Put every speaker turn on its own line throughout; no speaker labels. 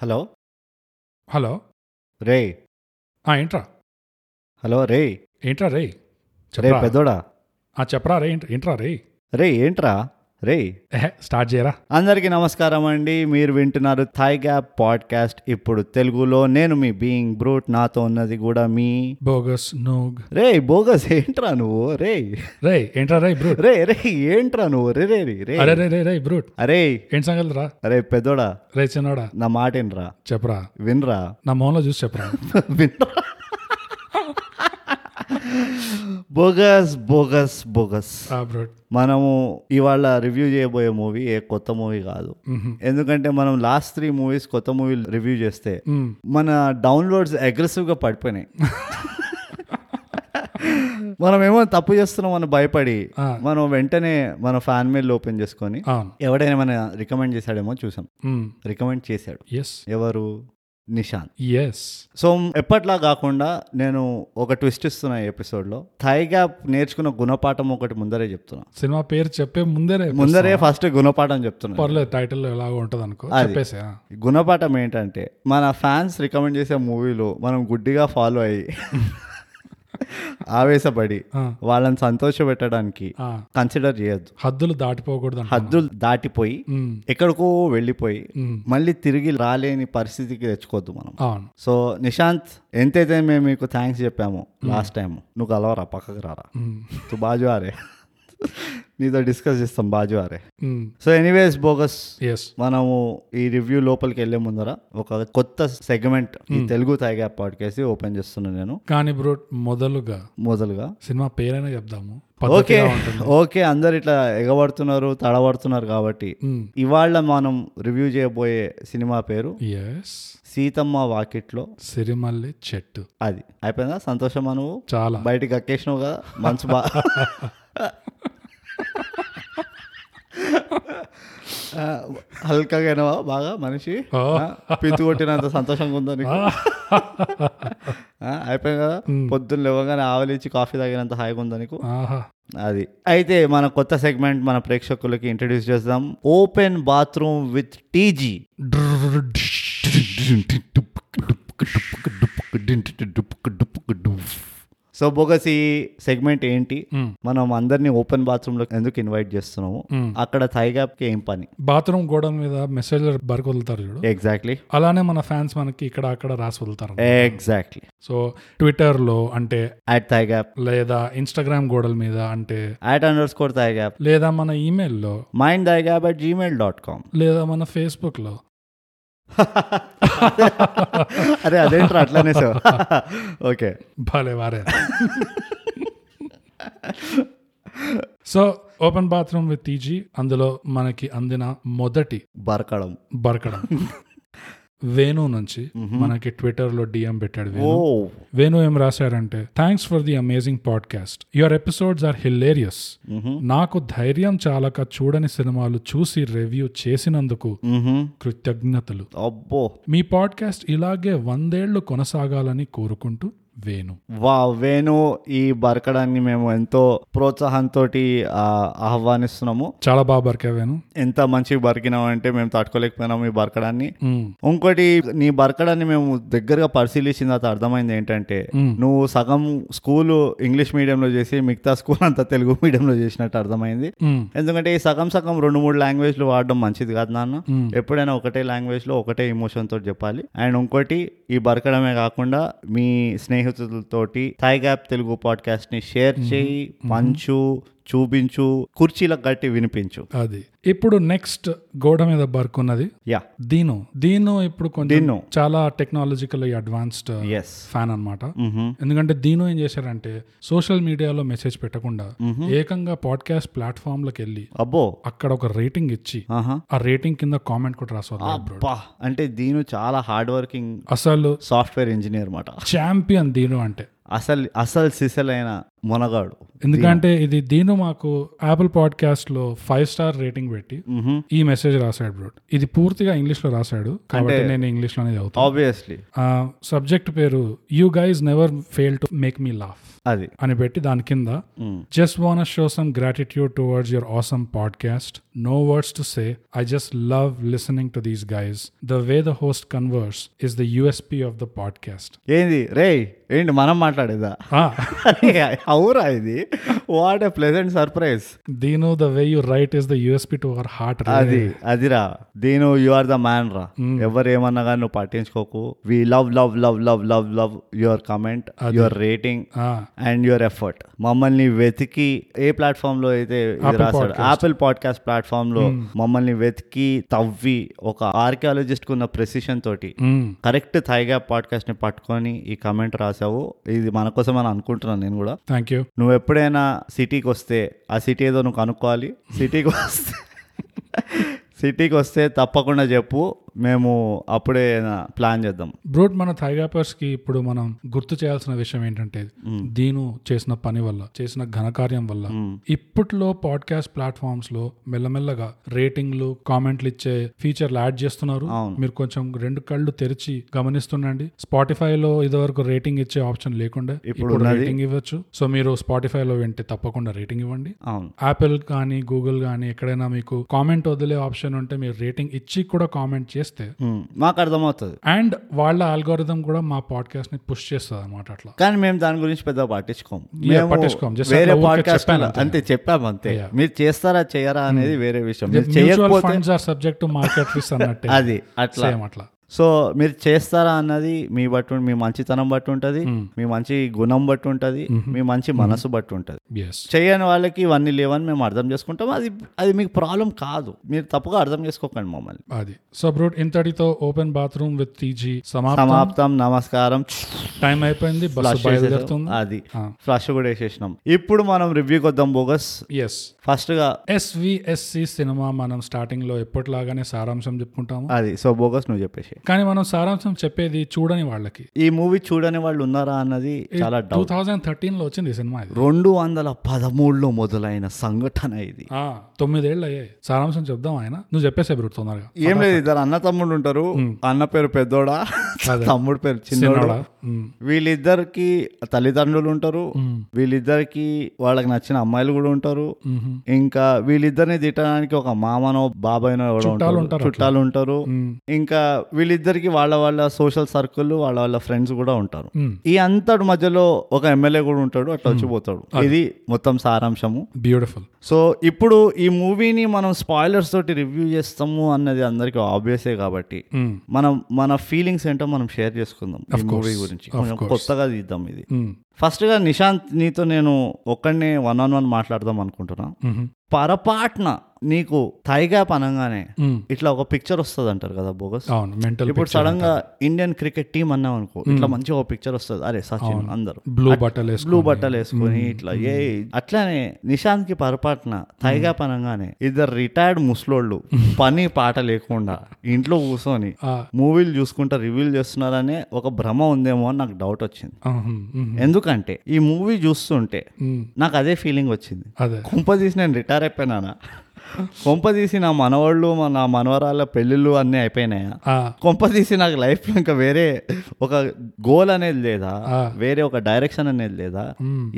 Hello
hello
రే
ఆ, ఏంట్రా
హలో రే
ఏంట్రా రే
రే
చెప్పరా
పెద్దోడా
ఆ, చెప్పరా రే ఏంట్రా- ఏంట్రా రే
రే ఏంట్రా రే
ఎహె, స్టార్ట్ చేయరా
అందరికీ నమస్కారం అండి మీరు వింటున్నారు థాయ్ గ్యాప్ పాడ్కాస్ట్ ఇప్పుడు తెలుగులో నేను మీ బీయింగ్ బ్రూట్ నాతో ఉన్నది కూడా మీ
బోగస్ నోగ్
రే బోగస్ ఏంట్రా నువ్వు రే
రే ఏంట్రా రే బ్రూట్
రే రే ఏంట్రా నువ్వు రే రే రే, రే
అరే రే రే రే బ్రూట్
అరే
ఏంటి సంగతి రా
అరే పెద్దోడా
రే చిన్నోడా
నా మాట వినరా
చెప్పరా
వినరా
నా మొహంలో చూసి చెప్పరా
వినరా బోగస్ బోగస్ బోగస్
ఆ బ్రూట్
మనము ఇవాళ రివ్యూ చేయబోయే మూవీ ఏ కొత్త మూవీ కాదు
మ్హూ.
ఎందుకంటే మనం లాస్ట్ త్రీ మూవీస్ కొత్త మూవీలు రివ్యూ చేస్తే
మ్.
మన డౌన్లోడ్స్ అగ్రెసివ్గా పడిపోయినాయి మనం ఏమో తప్పు చేస్తున్నాం అని భయపడి
ఆ.
మనం వెంటనే మన ఫ్యాన్ మెయిల్ ఓపెన్ చేసుకొని
అవును
ఎవడైనా మన రికమెండ్ చేశాడేమో చూసాం
మ్.
రికమెండ్ చేశాడు
ఎస్
ఎవరు నిషాంత్
ఎస్
సో ఎప్పట్లా కాకుండా నేను ఒక ట్విస్ట్ ఇస్తున్నా ఈ ఎపిసోడ్లో థై గ్యాప్ నేర్చుకున్న గుణపాఠం ఒకటి ముందరే చెప్తున్నా
సినిమా పేరు చెప్పే ముందరే
ముందరే ఫస్ట్ గుణపాఠం చెప్తున్నా
పర్లేదు టైటిల్ ఎలాగో ఉంటుంది అనుకో చెప్పేసా
గుణపాఠం ఏంటంటే మన ఫ్యాన్స్ రికమెండ్ చేసే మూవీలు మనం గుడ్డిగా ఫాలో అయ్యి ఆవేశపడి
ఆ.
వాళ్ళని సంతోషపెట్టడానికి
ఆ.
కన్సిడర్ చేయొద్దు
హద్దులు దాటిపోకూడదు అంట.
హద్దులు దాటిపోయి
మ్.
ఎక్కడికో వెళ్ళిపోయి
మ్.
మళ్ళీ తిరిగి రాలేని పరిస్థితికి తెచ్చుకోవద్దు మనం
అవును
సో నిశాంత్ ఎంతైతే మేము మీకు థ్యాంక్స్ చెప్పాము లాస్ట్ టైం నువ్వు కలవరా పక్కకు రారా
మ్.
తు బాజు ఆరే నీతో డిస్కస్ చేస్తాం బాజు ఆరే
మ్.
సో ఎనీవేస్ బోగస్
ఎస్
మనము ఈ రివ్యూ లోపలికి వెళ్ళే ముందర ఒక కొత్త సెగ్మెంట్ ఈ
Hmm.
తెలుగు తాగా పాడ్కేసి ఓపెన్ చేస్తున్నాను నేను
కానీ బ్రూట్ మొదలుగా
మొదలుగా
సినిమా పేరైనా చెప్దాము
ఓకే
పద్ధతిగా ఉంటుంది
ఓకే అందరు ఇట్లా ఎగబడుతున్నారు తడబడుతున్నారు కాబట్టి ఇవాళ మనం రివ్యూ చేయబోయే సినిమా పేరు
ఎస్
సీతమ్మ వాకిట్లో
సిరిమల్లి చెట్టు
అది అయిపోయిందా సంతోషమా నువ్వు
చాలా
బయటికి అక్కేసినావు కదా మంచి బా ఆ, హల్కగానేవా బాగా మనిషి
ఓ.
ఆ, పిత్తు కొట్టినంత సంతోషంగా ఉందా నీకు ఆ, అయిపోయింది కదా పొద్దున్న లేవగానే ఆవలిచ్చి కాఫీ తాగినంత హాయిగా ఉందా నీకు
ఆహా
అది అయితే మన కొత్త సెగ్మెంట్ మన ప్రేక్షకులకి ఇంట్రడ్యూస్ చేద్దాం open bathroom with TG so bogus ఈ సెగ్మెంట్ ఏంటి
మ్.
మనం అందరినీ ఓపెన్ బాత్రూమ్ లో ఎందుకు ఇన్వైట్ చేస్తున్నాము
మ్.
అక్కడ థైగ్యాప్ కి ఏం పని
బాత్రూమ్ గోడ మీద మెసేజ్ బరకు వదులుతారు చూడు
ఎగ్జాక్ట్లీ
అలానే మన ఫ్యాన్స్ మనకి ఇక్కడ అక్కడ రాసి వదులుతారు
ఎగ్జాక్ట్లీ
సో ట్విట్టర్ లో అంటే
అట్ థైగ్యాప్
లేదా ఇన్స్టాగ్రామ్ గోడల మీద అంటే
అట్ అండర్ స్కోర్ థైగ్యాప్
లేదా మన ఈమెయిల్లో
mind thigh gap at Gmail dot com
లేదా మన ఫేస్బుక్ లో
అరే అదేంట్రా అట్లానే సో ఓకే
భలే వారే so open bathroom with TG అందులో మనకి అందిన మొదటి
బరకడం
బరకడం వేణు నుంచి మనకి ట్విట్టర్ లో డిఎం పెట్టాడు
ఓ
వేణు. వేణు ఏం రాశారంటే thanks for the amazing podcast your episodes are hilarious నాకు ధైర్యం చాలక చూడని సినిమాలు చూసి రివ్యూ చేసినందుకు
మ్మ్హమ్.
కృతజ్ఞతలు
అబ్బో
మీ పాడ్కాస్ట్ ఇలాగే వందేళ్లు కొనసాగాలని కోరుకుంటూ వేణు
వా వేణు ఈ బరకడాన్ని మేము ఎంతో ప్రోత్సాహంతో ఆహ్వానిస్తున్నాము
చాలా బాగా బరికా వేణు
ఎంత మంచి బరికినామంటే మేము తట్టుకోలేకపోయినాము ఈ బరకడాన్ని
మ్,
ఇంకోటి నీ బరకడాన్ని మేము దగ్గరగా పరిశీలించిన తర్వాత అర్థమైంది ఏంటంటే
మ్.
నువ్వు సగం స్కూల్ ఇంగ్లీష్ మీడియంలో చేసి మిగతా స్కూల్ అంతా తెలుగు మీడియంలో చేసినట్టు అర్థమైంది
మ్,
ఎందుకంటే ఈ సగం సగం రెండు మూడు లాంగ్వేజ్లు వాడడం మంచిది కాదు నాన్న
మ్.
ఎప్పుడైనా ఒకటే లాంగ్వేజ్లో ఒకటే emotion తోటి చెప్పాలి అండ్ ఇంకోటి ఈ బరకడమే కాకుండా మీ స్నేహితులతోటి థాయ్ గ్యాప్ తెలుగు పాడ్కాస్ట్ని షేర్ చేయి పంచు చూపించు కుర్చీలకు కట్టి వినిపించు
అది ఇప్పుడు నెక్స్ట్ గోడ మీద బరుకున్నది
యా
దీను దీను ఇప్పుడు కొంచెం
దీను.
చాలా టెక్నాలజికల్ అడ్వాన్స్డ్
ఎస్
ఫ్యాన్ అన్నమాట ఎందుకంటే దీని ఏం చేశారంటే సోషల్ మీడియాలో మెసేజ్ పెట్టకుండా ఏకంగా పాడ్కాస్ట్ ప్లాట్ఫామ్ లకు వెళ్ళి
అబ్బో
అక్కడ ఒక రేటింగ్ ఇచ్చి
ఆహా
ఆ రేటింగ్ కింద కామెంట్ కూడా రాసుకోవాలి
అబ్బా అంటే దీని చాలా హార్డ్ వర్కింగ్
అసలు
సాఫ్ట్వేర్ ఇంజనీర్ మాట
చాంపియన్ దీను అంటే
అసలు అసలు సిసలైన మొనగాడు
ఎందుకంటే ఇది దీని మాకు యాపిల్ పాడ్కాస్ట్ లో ఫైవ్ స్టార్ రేటింగ్ పెట్టి ఈ మెసేజ్ రాశాడు బ్రో ఇది పూర్తిగా ఇంగ్లీష్ లో రాశాడు కాబట్టి నేను ఇంగ్లీష్ లోనే చదువుతాను
ఆబ్వియస్లీ
సబ్జెక్ట్ పేరు you guys never fail to make me laugh
అది
అని పెట్టి దాని కింద just van show some gratitude towards your awesome podcast no words to say I just love listening to these guys the way the host converse is the USP of the podcast
ఏంది రే ఏంటి మనం మాట్లాడేదా
Ah,
అవురా ఇది what a pleasant surprise
దీను the way you write is the USP to our heart
అది అదిరా దీని యు ఆర్ ద మ్యాన్ రా ఎవరు ఏమన్నా కానీ నువ్వు పట్టించుకోకు we love love love love love love your comment your rating
Ah,
and your effort మమ్మల్ని వెతికి ఏ ప్లాట్ఫామ్ లో అయితే ఇది రాశాడు యాపిల్ పాడ్కాస్ట్ ప్లాట్ఫామ్ లో మమ్మల్ని వెతికి తవ్వి ఒక ఆర్కియాలజిస్ట్ కున్న ప్రెసిషన్ తోటి
mm.
కరెక్ట్ థైగా పాడ్కాస్ట్ ని పట్టుకొని ఈ కమెంట్ రాసావు ఇది మన కోసం అని అనుకుంటున్నాను నేను కూడా
థ్యాంక్ యూ
నువ్వు ఎప్పుడైనా సిటీకి వస్తే ఆ సిటీ ఏదో నువ్వు కనుక్కోవాలి సిటీకి వస్తే సిటీకి వస్తే తప్పకుండా చెప్పు మేము అప్పుడే ప్లాన్ చేద్దాం
బ్రూట్ మన థైగాపర్స్ కి ఇప్పుడు మనం గుర్తు చేయాల్సిన విషయం ఏంటంటే దీను చేసిన పని వల్ల చేసిన ఘనకార్యం వల్ల ఇప్పట్లో పాడ్కాస్ట్ ప్లాట్ఫామ్స్ లో మెల్లమెల్లగా రేటింగ్లు కామెంట్లు ఇచ్చే ఫీచర్లు యాడ్ చేస్తున్నారు మీరు కొంచెం రెండు కళ్ళు తెరిచి గమనిస్తుండండి స్పాటిఫై లో ఇదివరకు రేటింగ్ ఇచ్చే ఆప్షన్ లేకుండా ఇప్పుడు రేటింగ్ ఇవ్వచ్చు సో మీరు స్పాటిఫై లో వింటే తప్పకుండా రేటింగ్ ఇవ్వండి
అవును
యాపిల్ కానీ గూగుల్ కానీ ఎక్కడైనా మీకు కామెంట్ వదిలే ఆప్షన్ ఉంటే మీరు రేటింగ్ ఇచ్చి కూడా కామెంట్ చేస్తే
ఉమ్, మాకు అర్థమవుతుంది
అండ్ వాళ్ళ ఆల్గోరిథం కూడా మా పాడ్కాస్ట్ ని పుష్ చేస్తుంది అనమాట అట్లా
కానీ మేము దాని గురించి పెద్ద పట్టించుకోం
Yeah,
మేము
పట్టించుకోం. Just
వేరే
అట్లా ఊరికే
పాడ్కాస్ట్
చెప్పాను అంతే.
అంతే చెప్పాము అంతే
Yeah. Hmm.
మీరు చేస్తారా చేయరా అనేది వేరే విషయం మీరు
మ్యూచువల్
చేయకపోతే
funds are subject to market risk అన్నట్టే
అది అట్లా
సేమ్ అట్లా
సో మీరు చేస్తారా అన్నది మీ బట్టి మీ మంచితనం బట్టి ఉంటుంది మీ మంచి గుణం బట్టి ఉంటుంది మీ మంచి మనసు బట్టి ఉంటుంది
ఎస్
చేయని వాళ్ళకి ఇవన్నీ లేవని మేము అర్థం చేసుకుంటాం అది అది మీకు ప్రాబ్లం కాదు మీరు తప్పుగా అర్థం చేసుకోకండి మమ్మల్ని
అది సో బ్రూట్ ఇంతటితో ఓపెన్ బాత్రూమ్ విత్ టీజీ సమాప్తం
సమాప్తం నమస్కారం
టైం అయిపోయింది బస్సు
ఫ్లష్
బయలుదేరుతుంది
అది ఫ్లష్ కూడా వేసేసినాం ఇప్పుడు మనం రివ్యూకి వద్దాం బోగస్
ఎస్
ఫస్ట్ గా
ఎస్విఎస్సి సినిమా మనం స్టార్టింగ్ లో ఎప్పటిలాగానే సారాంశం చెప్పుకుంటాము
అది సో బోగస్ నువ్వు చెప్పేసి
కానీ మనం సారాంశం చెప్పేది చూడని వాళ్ళకి
ఈ మూవీ చూడని వాళ్ళు ఉన్నారా అన్నది చాలా
టూ
డౌట్
థౌజండ్ థర్టీన్ లో వచ్చింది ఈ సినిమా ఇది
రెండు వందల పదమూడులో మొదలైన సంఘటన ఇది
ఆ, తొమ్మిదేళ్ళు అయ్యాయి సారాంశం చెప్దాం ఆయన నువ్వు చెప్పేసే బ్రూట్ తొందరగా
ఏం లేదు ఇద్దరు అన్న తమ్ముడు ఉంటారు అన్న పేరు పెద్దోడా తమ్ముడు పేరు చిన్నోడా
చిన్నోడా? మ్.
వీళ్ళిద్దరికి తల్లిదండ్రులు ఉంటారు వీళ్ళిద్దరికి వాళ్ళకి నచ్చిన అమ్మాయిలు కూడా ఉంటారు ఇంకా వీళ్ళిద్దరిని తిట్టడానికి ఒక మామనో బాబాయ్నో ఎవడో ఉంటారు చుట్టాలు ఉంటారు ఇంకా వీళ్ళిద్దరికి వాళ్ళ వాళ్ళ సోషల్ సర్కిల్ వాళ్ళ వాళ్ళ ఫ్రెండ్స్ కూడా ఉంటారు
మ్.
ఈ అంతటి మధ్యలో ఒక ఎమ్మెల్యే కూడా ఉంటాడు అట్లా వచ్చిపోతాడు ఇది మొత్తం సారాంశము
బ్యూటిఫుల్
సో ఇప్పుడు ఈ మూవీని మనం స్పాయిలర్స్ తోటి రివ్యూ చేస్తాము అన్నది అందరికీ ఆబ్వియసే కాబట్టి
Mm.
మనం మన ఫీలింగ్స్ ఏంటో మనం షేర్ చేసుకుందాం ఈ మూవీ గురించి కొంచెం కొత్తగా తీద్దాం ఇది
Mm,
ఫస్ట్ గా నిశాంత్ నీతో నేను ఒక్కడనే వన్ ఆన్ వన్ మాట్లాడదాం అనుకుంటున్నా
mm-hmm,
పొరపాటున నీకు థైగా పనంగానే ఇట్లా ఒక పిక్చర్ వస్తుంది అంటారు కదా బోగస్
mm. అవును మెంటల్
ఇప్పుడు సడన్ గా ఇండియన్ క్రికెట్ టీం అన్నాం అనుకో ఇట్లా మంచిగా ఒక పిక్చర్ వస్తుంది అరే సచిన్ అందరూ
బ్లూ బట్టలు వేసుకు
బ్లూ బట్టలు వేసుకొని ఇట్లా ఏ అట్లానే నిశాంత్ కి పొరపాటున తైగా పనంగానే ఇద్దరు రిటైర్డ్ ముసలోళ్ళు పని పాట లేకుండా ఇంట్లో కూర్చొని
ఆ.
మూవీలు చూసుకుంటా రివ్యూలు చేస్తున్నారనే ఒక భ్రమ ఉందేమో అని నాకు డౌట్ వచ్చింది
ఆహా, మ్,
ఎందుకంటే ఈ మూవీ చూస్తుంటే
మ్.
నాకు అదే ఫీలింగ్ వచ్చింది
అదే
కొంపదీసి నేను రిటైర్ అయిపోయినానా కొంపదీసి నా మనవాళ్ళు మా- నా మనవరాళ్ళ పెళ్ళిళ్ళు అన్నీ అయిపోయినాయా
ఆ,
కొంపదీసి నాకు లైఫ్ లో ఇంకా వేరే ఒక గోల్ అనేది లేదా వేరే ఒక డైరెక్షన్ అనేది లేదా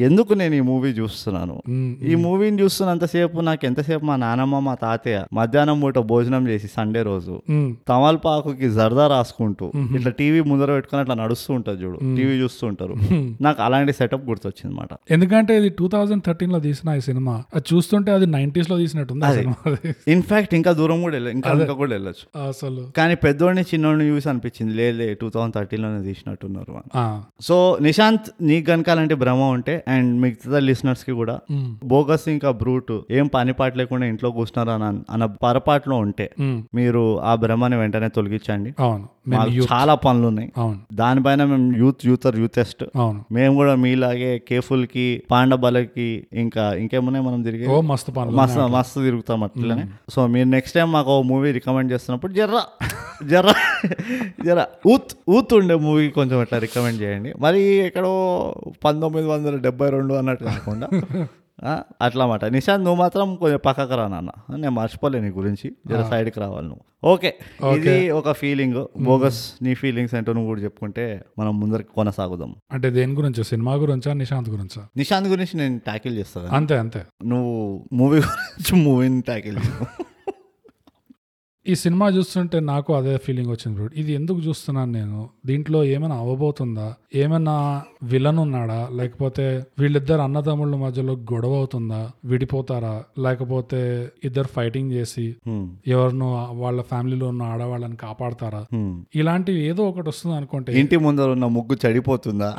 ఎందుకు నేను ఈ మూవీ చూస్తున్నాను
మ్,
ఈ మూవీని చూస్తున్నంతసేపు నాకు ఎంతసేపు మా నానమ్మ మా తాతయ్య మధ్యాహ్నం పూట భోజనం చేసి సండే రోజు
మ్,
తమలపాకుకి జర్దా రాసుకుంటూ ఇట్లా టీవీ ముందర పెట్టుకొని అట్లా నడుస్తూ ఉంటారు చూడు టీవీ చూస్తూ ఉంటారు నాకు అలాంటి సెటప్ గుర్తొచ్చింది అనమాట
ఎందుకంటే ఇది టూ థౌజండ్ థర్టీన్ లో తీసిన ఈ సినిమా అది చూస్తుంటే అది నైన్టీస్ లో తీసినట్టుంది ఆ సినిమా అది.
ఇన్ఫాక్ట్ ఇంకా దూరం కూడా వెళ్ళ ఇంకా ఇంకా కూడా వెళ్ళొచ్చు
అసలు
కానీ పెద్దోడిని చిన్నోడిని చూసి అనిపించింది లేదు టూ థౌసండ్ థర్టీన్లోనే తీసినట్టున్నారు అని
ఆ,
సో నిశాంత్ నీకు కనకాలంటే భ్రమ ఉంటే అండ్ మిగతా listeners కి కూడా
మ్,
బోగస్ ఇంకా బ్రూట్ ఏం పని పాట లేకుండా ఇంట్లో కూర్చున్నారు అని అన్న పొరపాట్లో ఉంటే
మ్,
మీరు ఆ భ్రమని వెంటనే తొలగించండి
అవును మేము
మాకు
youth.
చాలా పనులు ఉన్నాయి
అవును
దానిపైన మేము యూత్ యూతర్ యూతెస్ట్
అవును
మేము కూడా మీలాగే కేఫుల్ కి పాండబలకి ఇంకా ఇంకేమున్నాయి మనం తిరిగి
ఓ మస్తు పనులు
మస్తు మస్తు తిరుగుతాం అట్లనే సో మీరు నెక్స్ట్ టైం మాకు మూవీ రికమెండ్ చేస్తున్నప్పుడు జర్రా జర్రా జర్రా ఊత్ ఊత్ ఉండే మూవీ కొంచెం అట్లా రికమెండ్ చేయండి మరి ఎక్కడో పంతొమ్మిది వందల డెబ్బై రెండు అన్నట్టు కాకుండా ఆ, అట్లా మాట నిశాంత్ నువ్వు మాత్రం కొంచెం పక్కకు రా నాన్న నేను మర్చిపోలే నీ గురించి జర సైడ్కి రావాలి నువ్వు ఓకే ఇది ఒక ఫీలింగ్ బోగస్ నీ ఫీలింగ్స్ ఏంటో నువ్వు కూడా చెప్పుకుంటే మనం ముందరికి కొనసాగుదాం
అంటే దేని గురించి సినిమా గురించా నిశాంత్ గురించా
నిశాంత్ గురించి నేను ట్యాకిల్ చేస్తాను
అంతే అంతే
నువ్వు మూవీ గురించి మూవీని ట్యాకిల్
ఈ సినిమా చూస్తుంటే నాకు అదే ఫీలింగ్ వచ్చింది బ్రో ఇది ఎందుకు చూస్తున్నాను నేను దీంట్లో ఏమైనా అవ్వబోతుందా ఏమైనా విలన్ ఉన్నాడా లేకపోతే వీళ్ళిద్దరు అన్నదమ్ముళ్ళ మధ్యలో గొడవ అవుతుందా విడిపోతారా లేకపోతే ఇద్దరు ఫైటింగ్ చేసి ఎవరినో వాళ్ళ ఫ్యామిలీలో ఉన్న ఆడవాళ్ళని కాపాడతారా ఇలాంటివి ఏదో ఒకటి వస్తుంది అనుకుంటే
ఇంటి ముందర ఉన్న ముగ్గు చెడిపోతుందా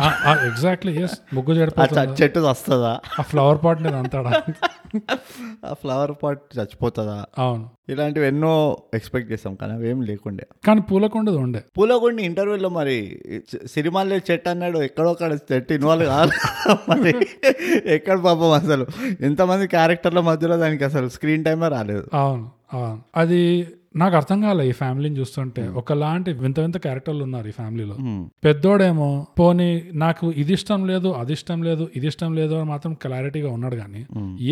ఎగ్జాక్ట్లీ ఎస్ ముగ్గు
ఆ
చెడిపోతుంది
చ- చెట్టు వస్తుందా
ఆ ఫ్లవర్ పాట్ నేను అంతాడా
ఆ ఫ్లవర్ పాట్ చచ్చిపోతుందా
అవును
ఇలాంటివి ఎన్నో ఎక్స్పెక్ట్ చేస్తాం కానీ అవేం లేకుండే
కానీ పూలకుండదు ఉండే
పూలగుండి ఇంటర్వ్యూలో మరి చ- సినిమాల్లో చెట్టు అన్నాడు ఎక్కడో అక్కడ చెట్టు ఇన్వాల్వ్ కాదు మరి ఎక్కడ పాపం అసలు ఎంతమంది క్యారెక్టర్ల మధ్యలో దానికి అసలు స్క్రీన్ టైమే రాలేదు
అవును అవును అది నాకు అర్థం కాలే ఈ ఫ్యామిలీని చూస్తుంటే ఒకలాంటి వింత వింత క్యారెక్టర్లు ఉన్నారు ఈ ఫ్యామిలీలో పెద్దోడేమో పోనీ నాకు ఇది ఇష్టం లేదు అది ఇష్టం లేదు ఇది ఇష్టం లేదు అని మాత్రం క్లారిటీగా ఉన్నాడు కానీ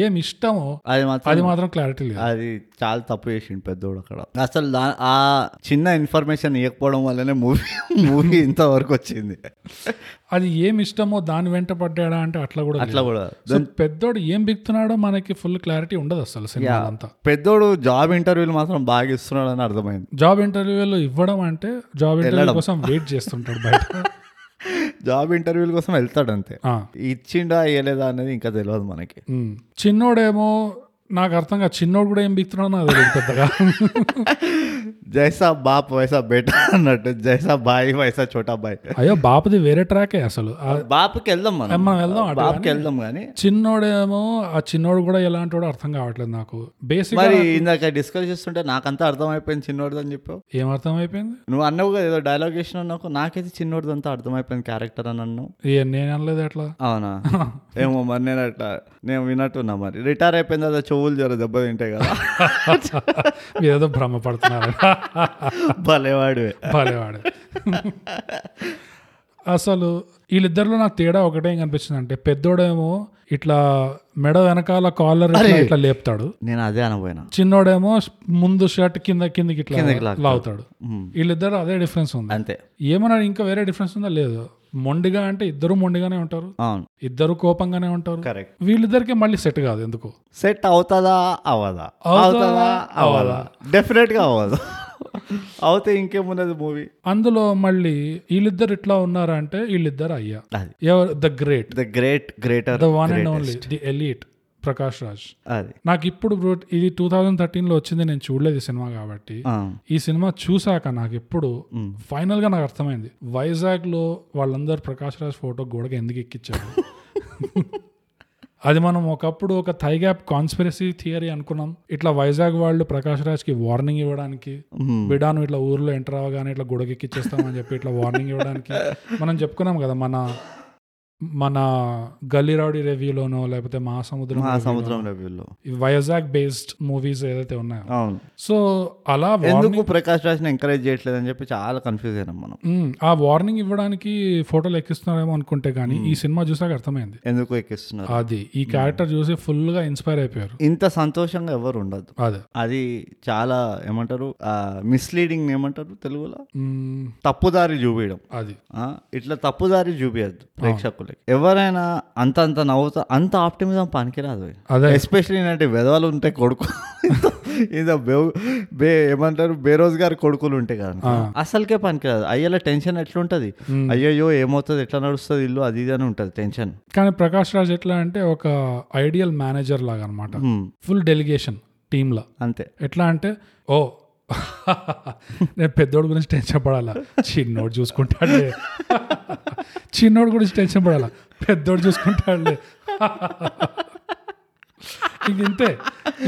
ఏం ఇష్టమో
అది మాత్రం
అది మాత్రం క్లారిటీ లేదు
అది చాలా తప్పు చేసిండు పెద్దోడు అక్కడ అసలు దా- ఆ చిన్న ఇన్ఫర్మేషన్ ఇవ్వకపోవడం వల్లనే మూవీ మూవీ ఇంతవరకు వచ్చింది
అది ఏం ఇష్టమో దాని వెంట పడ్డాడా అంటే అట్లా కూడా లేదు.
అట్లా కూడా
సో పెద్దోడు ఏం బిగుతున్నాడో మనకి ఫుల్ క్లారిటీ ఉండదు అసలు సినిమాలో అంతా
పెద్దోడు జాబ్ ఇంటర్వ్యూలు మాత్రం బాగా ఇస్తున్నాడు అని అర్థమైంది
జాబ్ ఇంటర్వ్యూలో ఇవ్వడం అంటే జాబ్ ఇంటర్వ్యూ కోసం వెయిట్ చేస్తుంటాడు బయట
జాబ్ ఇంటర్వ్యూల కోసం వెళ్తాడు అంతే
ఆ.
ఇచ్చిండా ఇయ్యలేదా అనేది ఇంకా తెలియదు మనకి
ఉమ్. చిన్నోడేమో నాకు అర్థం కాదు చిన్నోడు కూడా ఏం బిగుతున్నాడో నాకు తెలియదు పెద్దగా
జైసా బాప్ వైసా బేటా అన్నట్టు జైసా బాయ్ వైసా చోటా బాయ్
అయ్యో బాపది వేరే ట్రాకే అసలు ఆ
బాపుకి వెళ్దాం మనం
మనం వెళ్దాం అటు.
బాపుకి వెళ్దాం కానీ
చిన్నోడేమో ఆ చిన్నోడు కూడా ఎలాంటి వాడో అర్థం కావట్లేదు నాకు బేసిక్
మరి ఇందాక డిస్కస్ చేస్తుంటే నాకంతా అర్థమైపోయింది చిన్నోడిది అని చెప్పావు
ఏం అర్థం అయిపోయింది
నువ్వు అన్నావు కదా ఏదో డైలాగ్ చేసిన నాకు నాకైతే చిన్నోడిదంతా అర్థమైపోయింది క్యారెక్టర్ అని అన్నావు
ఏ, నేను అనలేదు అట్లా
అవునా ఏమో మరి నేను అట్లా నేను విన్నట్టున్నా మరి రిటైర్ అయిపోయిన తర్వాత చెవులు జర దెబ్బ తింటాయి కదా
మీరు ఏదో భ్రమ పడుతున్నారు
భలేవాడివే
భలేవాడు అసలు వీళ్ళిద్దరిలో నాకు తేడా ఒకటే ఏం కనిపించింది అంటే పెద్దోడేమో ఇట్లా మెడ వెనకాల కాలర్ ఇట్లా లేపుతాడు
నేను అదే అనబోయినా
చిన్నోడేమో ముందు షర్ట్ కింద కిందకి ఇట్లా
కిందకి లాగుతాడు.
లాగుతాడు
మ్మ్.
వీళ్ళిద్దరు అదే డిఫరెన్స్ ఉంది
అంతే
ఏమన్నా ఇంకా వేరే డిఫరెన్స్ ఉందా లేదు మొండిగా అంటే ఇద్దరు మొండిగానే ఉంటారు
అవును
ఇద్దరు కోపంగానే ఉంటారు
కరెక్ట్
వీళ్ళిద్దరికి మళ్ళీ సెట్ కాదు ఎందుకు
సెట్ అవుతుందా అవదా
అవుతుందా,
అవుతుందా అవదా డెఫినెట్ గా అవదు అవుతే ఇంకేమున్నది మూవీ
అందులో మళ్ళీ వీళ్ళిద్దరు ఇట్లా ఉన్నారా అంటే వీళ్ళిద్దరు అయ్యా
అది
ఎవరు the great
the great greater
the one and only the elite Prakash Raj
అది
నాకు ఇప్పుడు bro, ఇది టూ థౌజండ్ థర్టీన్లో వచ్చింది నేను చూడలేదు ఈ సినిమా కాబట్టి
ఆ,
ఈ సినిమా చూసాక నాకు ఎప్పుడు ఫైనల్ గా నాకు అర్థమైంది వైజాగ్ లో వాళ్ళందరూ ప్రకాష్ రాజ్ ఫోటో గోడకి ఎందుకు ఎక్కించారు అది మనం ఒకప్పుడు ఒక థై గ్యాప్ కాన్స్పిరసీ థియరీ అనుకున్నాం ఇట్లా వైజాగ్ వాళ్ళు ప్రకాష్ రాజ్ కి వార్నింగ్ ఇవ్వడానికి
మ్మ్.
బిడాను ఇట్లా ఊర్లో ఎంటర్ అవ్వగానే ఇట్లా గోడకి ఎక్కిచ్చేస్తామని చెప్పి ఇట్లా వార్నింగ్ ఇవ్వడానికి మనం చెప్పుకున్నాం కదా మన మన గల్లీ రౌడీ రివ్యూలోనో లేకపోతే మహాసముద్రం
ఆ సముద్రంలో వీళ్ళు
వైజాగ్ బేస్డ్ మూవీస్ ఏదైతే ఉన్నాయో
అవును
సో అలా warning-
ఎందుకు ప్రకాష్ రాజ్ని ఎంకరేజ్ చేయట్లేదని చెప్పి చాలా కన్ఫ్యూజ్ అయినాం మనం
మ్మ్. ఆ వార్నింగ్ ఇవ్వడానికి ఫోటోలు ఎక్కిస్తున్నారేమో అనుకుంటే కానీ ఈ సినిమా చూసాక అర్థమైంది
ఎందుకు ఎక్కిస్తున్నారు
అది ఈ క్యారెక్టర్ చూసి ఫుల్ గా ఇన్స్పైర్ అయిపోయారు
ఇంత సంతోషంగా ఎవరు ఉండదు
అదే
అది చాలా ఏమంటారు మిస్లీడింగ్ ఏమంటారు తెలుగులో
మ్మ్.
తప్పుదారి చూపించడం
అది
ఆ, ఇట్లా తప్పుదారి చూపించద్దు ప్రేక్షకులకి ఎవరైనా అంత అంత నవ్వుతా అంత ఆప్టిమిజం పనికిరాదు
అదే
ఎస్పెషలీ ఏంటంటే వెధవలు ఉంటాయి కొడుకు ఇదో బే బే ఏమంటారు బేరోజ్గార్ కొడుకులు ఉంటాయి కదా అసలుకే పనికిరాదు అయ్యేలా టెన్షన్ ఎట్లుంటది అయ్యయ్యో ఏమవుతుంది ఎట్లా నడుస్తుంది ఇల్లు అది ఇది అని ఉంటుంది టెన్షన్
కానీ ప్రకాష్ రాజ్ ఎట్లా అంటే ఒక ఐడియల్ మేనేజర్ లాగా అనమాట ఫుల్ డెలిగేషన్ టీమ్ లా
అంతే
ఎట్లా అంటే ఓ నేను పెద్దోడు గురించి టెన్షన్ పడాలా చిన్నోడు చూసుకుంటాడులే చిన్నోడు గురించి టెన్షన్ పడాలా పెద్దోడు చూసుకుంటాడులే ఇంక ఇంతే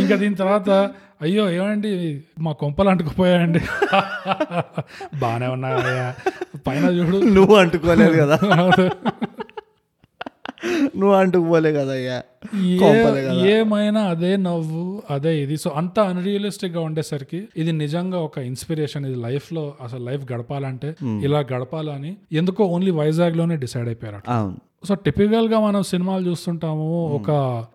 ఇంకా దీని తర్వాత అయ్యో ఏమండి మా కొంపలు అంటుకుపోయాయండి బాగానే ఉన్నాయా పైన చూడు
నువ్వు అంటుకోలేదు కదా నువ్వు అంటుకుపోలే కదా అయ్యా
ఏ-
కొంపలే కదా
ఏమైనా అదే నవ్వు అదే ఇది సో అంత అన్రియలిస్టిక్ గా ఉండేసరికి ఇది నిజంగా ఒక ఇన్స్పిరేషన్ ఇది లైఫ్ లో అసలు లైఫ్ గడపాలంటే ఇలా గడపాలని ఎందుకో ఓన్లీ వైజాగ్ లోనే డిసైడ్ అయిపోయారు
అవును
సో టిపికల్ గా మనం సినిమాలు చూస్తుంటాము ఒక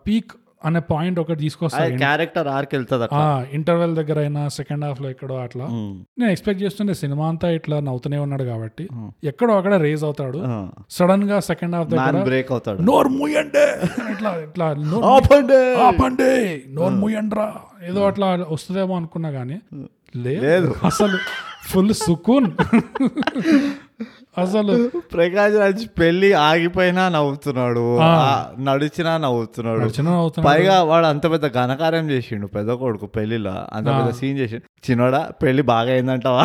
పీక్ అనే పాయింట్ ఒకటి తీసుకొస్తారు
క్యారెక్టర్ ఆర్కి వెళ్తుంది అక్కడ
ఆ ఇంటర్వెల్ దగ్గర అయినా సెకండ్ హాఫ్ లో ఎక్కడో అట్లా
ఉమ్.
నేను ఎక్స్పెక్ట్ చేస్తుండే సినిమా అంతా ఇట్లా నవ్వుతూనే ఉన్నాడు కాబట్టి ఎక్కడో అక్కడ రేజ్ అవుతాడు
ఆ.
సడన్ గా సెకండ్ హాఫ్
మ్యాన్
దగ్గర
బ్రేక్ అవుతాడు
నోర్ మూయండి ఇట్లా ఇట్లా నోరు
ఆపండి!
ఆపండి నోరు మూయండ్రా ఏదో అట్లా వస్తుందేమో అనుకున్నా కానీ లేదు అసలు ఫుల్ సుకూన్ అసలు
ప్రకాష్ రాజ్ పెళ్లి ఆగిపోయినా నవ్వుతున్నాడు ఆ, నడిచినా నవ్వుతున్నాడు
చిన్న అవుతున్నా
పైగా వాడు అంత పెద్ద ఘనకార్యం చేసిండు పెద్ద కొడుకు పెళ్లిలో అంత పెద్ద సీన్ చేసిండు చిన్నోడా పెళ్లి బాగా అయిందంటావా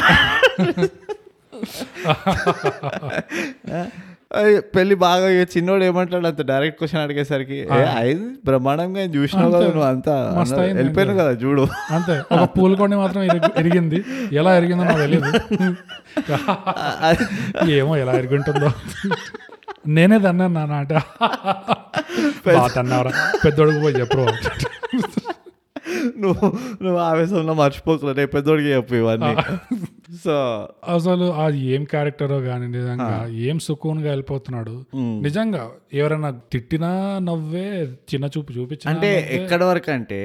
అయ్ పెళ్లి బాగా అయ్యే చిన్నోడు ఏమంటాడు అంత డైరెక్ట్ క్వశ్చన్ అడిగేసరికి "ఏ, అయింది బ్రహ్మాండంగా చూసినావు కదా నువ్వు అంతా
మస్తు
అన్నాడు.
అయింది
వెళ్ళిపోయాను కదా చూడు
అంతే ఒక పూలకొండ మాత్రం ఎరిగి- ఎరిగింది ఎలా ఎరిగిందో నాకు తెలియదు
అది-
ఏమో ఎలా ఎరుగుంటుందో నేనే తన్నాను నా నాట బాగా తన్నారా పెద్దోడుకు పోయి చెప్పరు
నువ్వు నువ్వు ఆవేశంలో మర్చిపోకలే రేపు పెద్దోడికి చెప్పు ఇవన్నీ సో
అసలు ఆ ఏం క్యారెక్టరో కానీ నిజంగా ఏం సుకూన్గా వెళ్ళిపోతున్నాడు నిజంగా ఎవరైనా తిట్టినా నవ్వే చిన్న చూపు చూపించిన
అంటే ఎక్కడి వరకు అంటే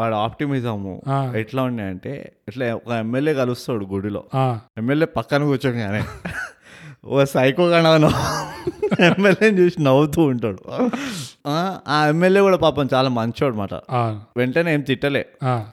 వాడు ఆప్టిమిజము
ఆ.
ఎట్లా ఉండే అంటే ఇట్లా ఒక ఎమ్మెల్యే కలుస్తాడు గుడిలో ఎమ్మెల్యే పక్కన కూర్చోగానే ఓ సైకో కణను ఎమ్మెల్యేని చూసి నవ్వుతూ ఉంటాడు ఆ, ఆ ఎమ్మెల్యే కూడా పాపం చాలా మంచోడు మాట వెంటనే ఏం తిట్టలే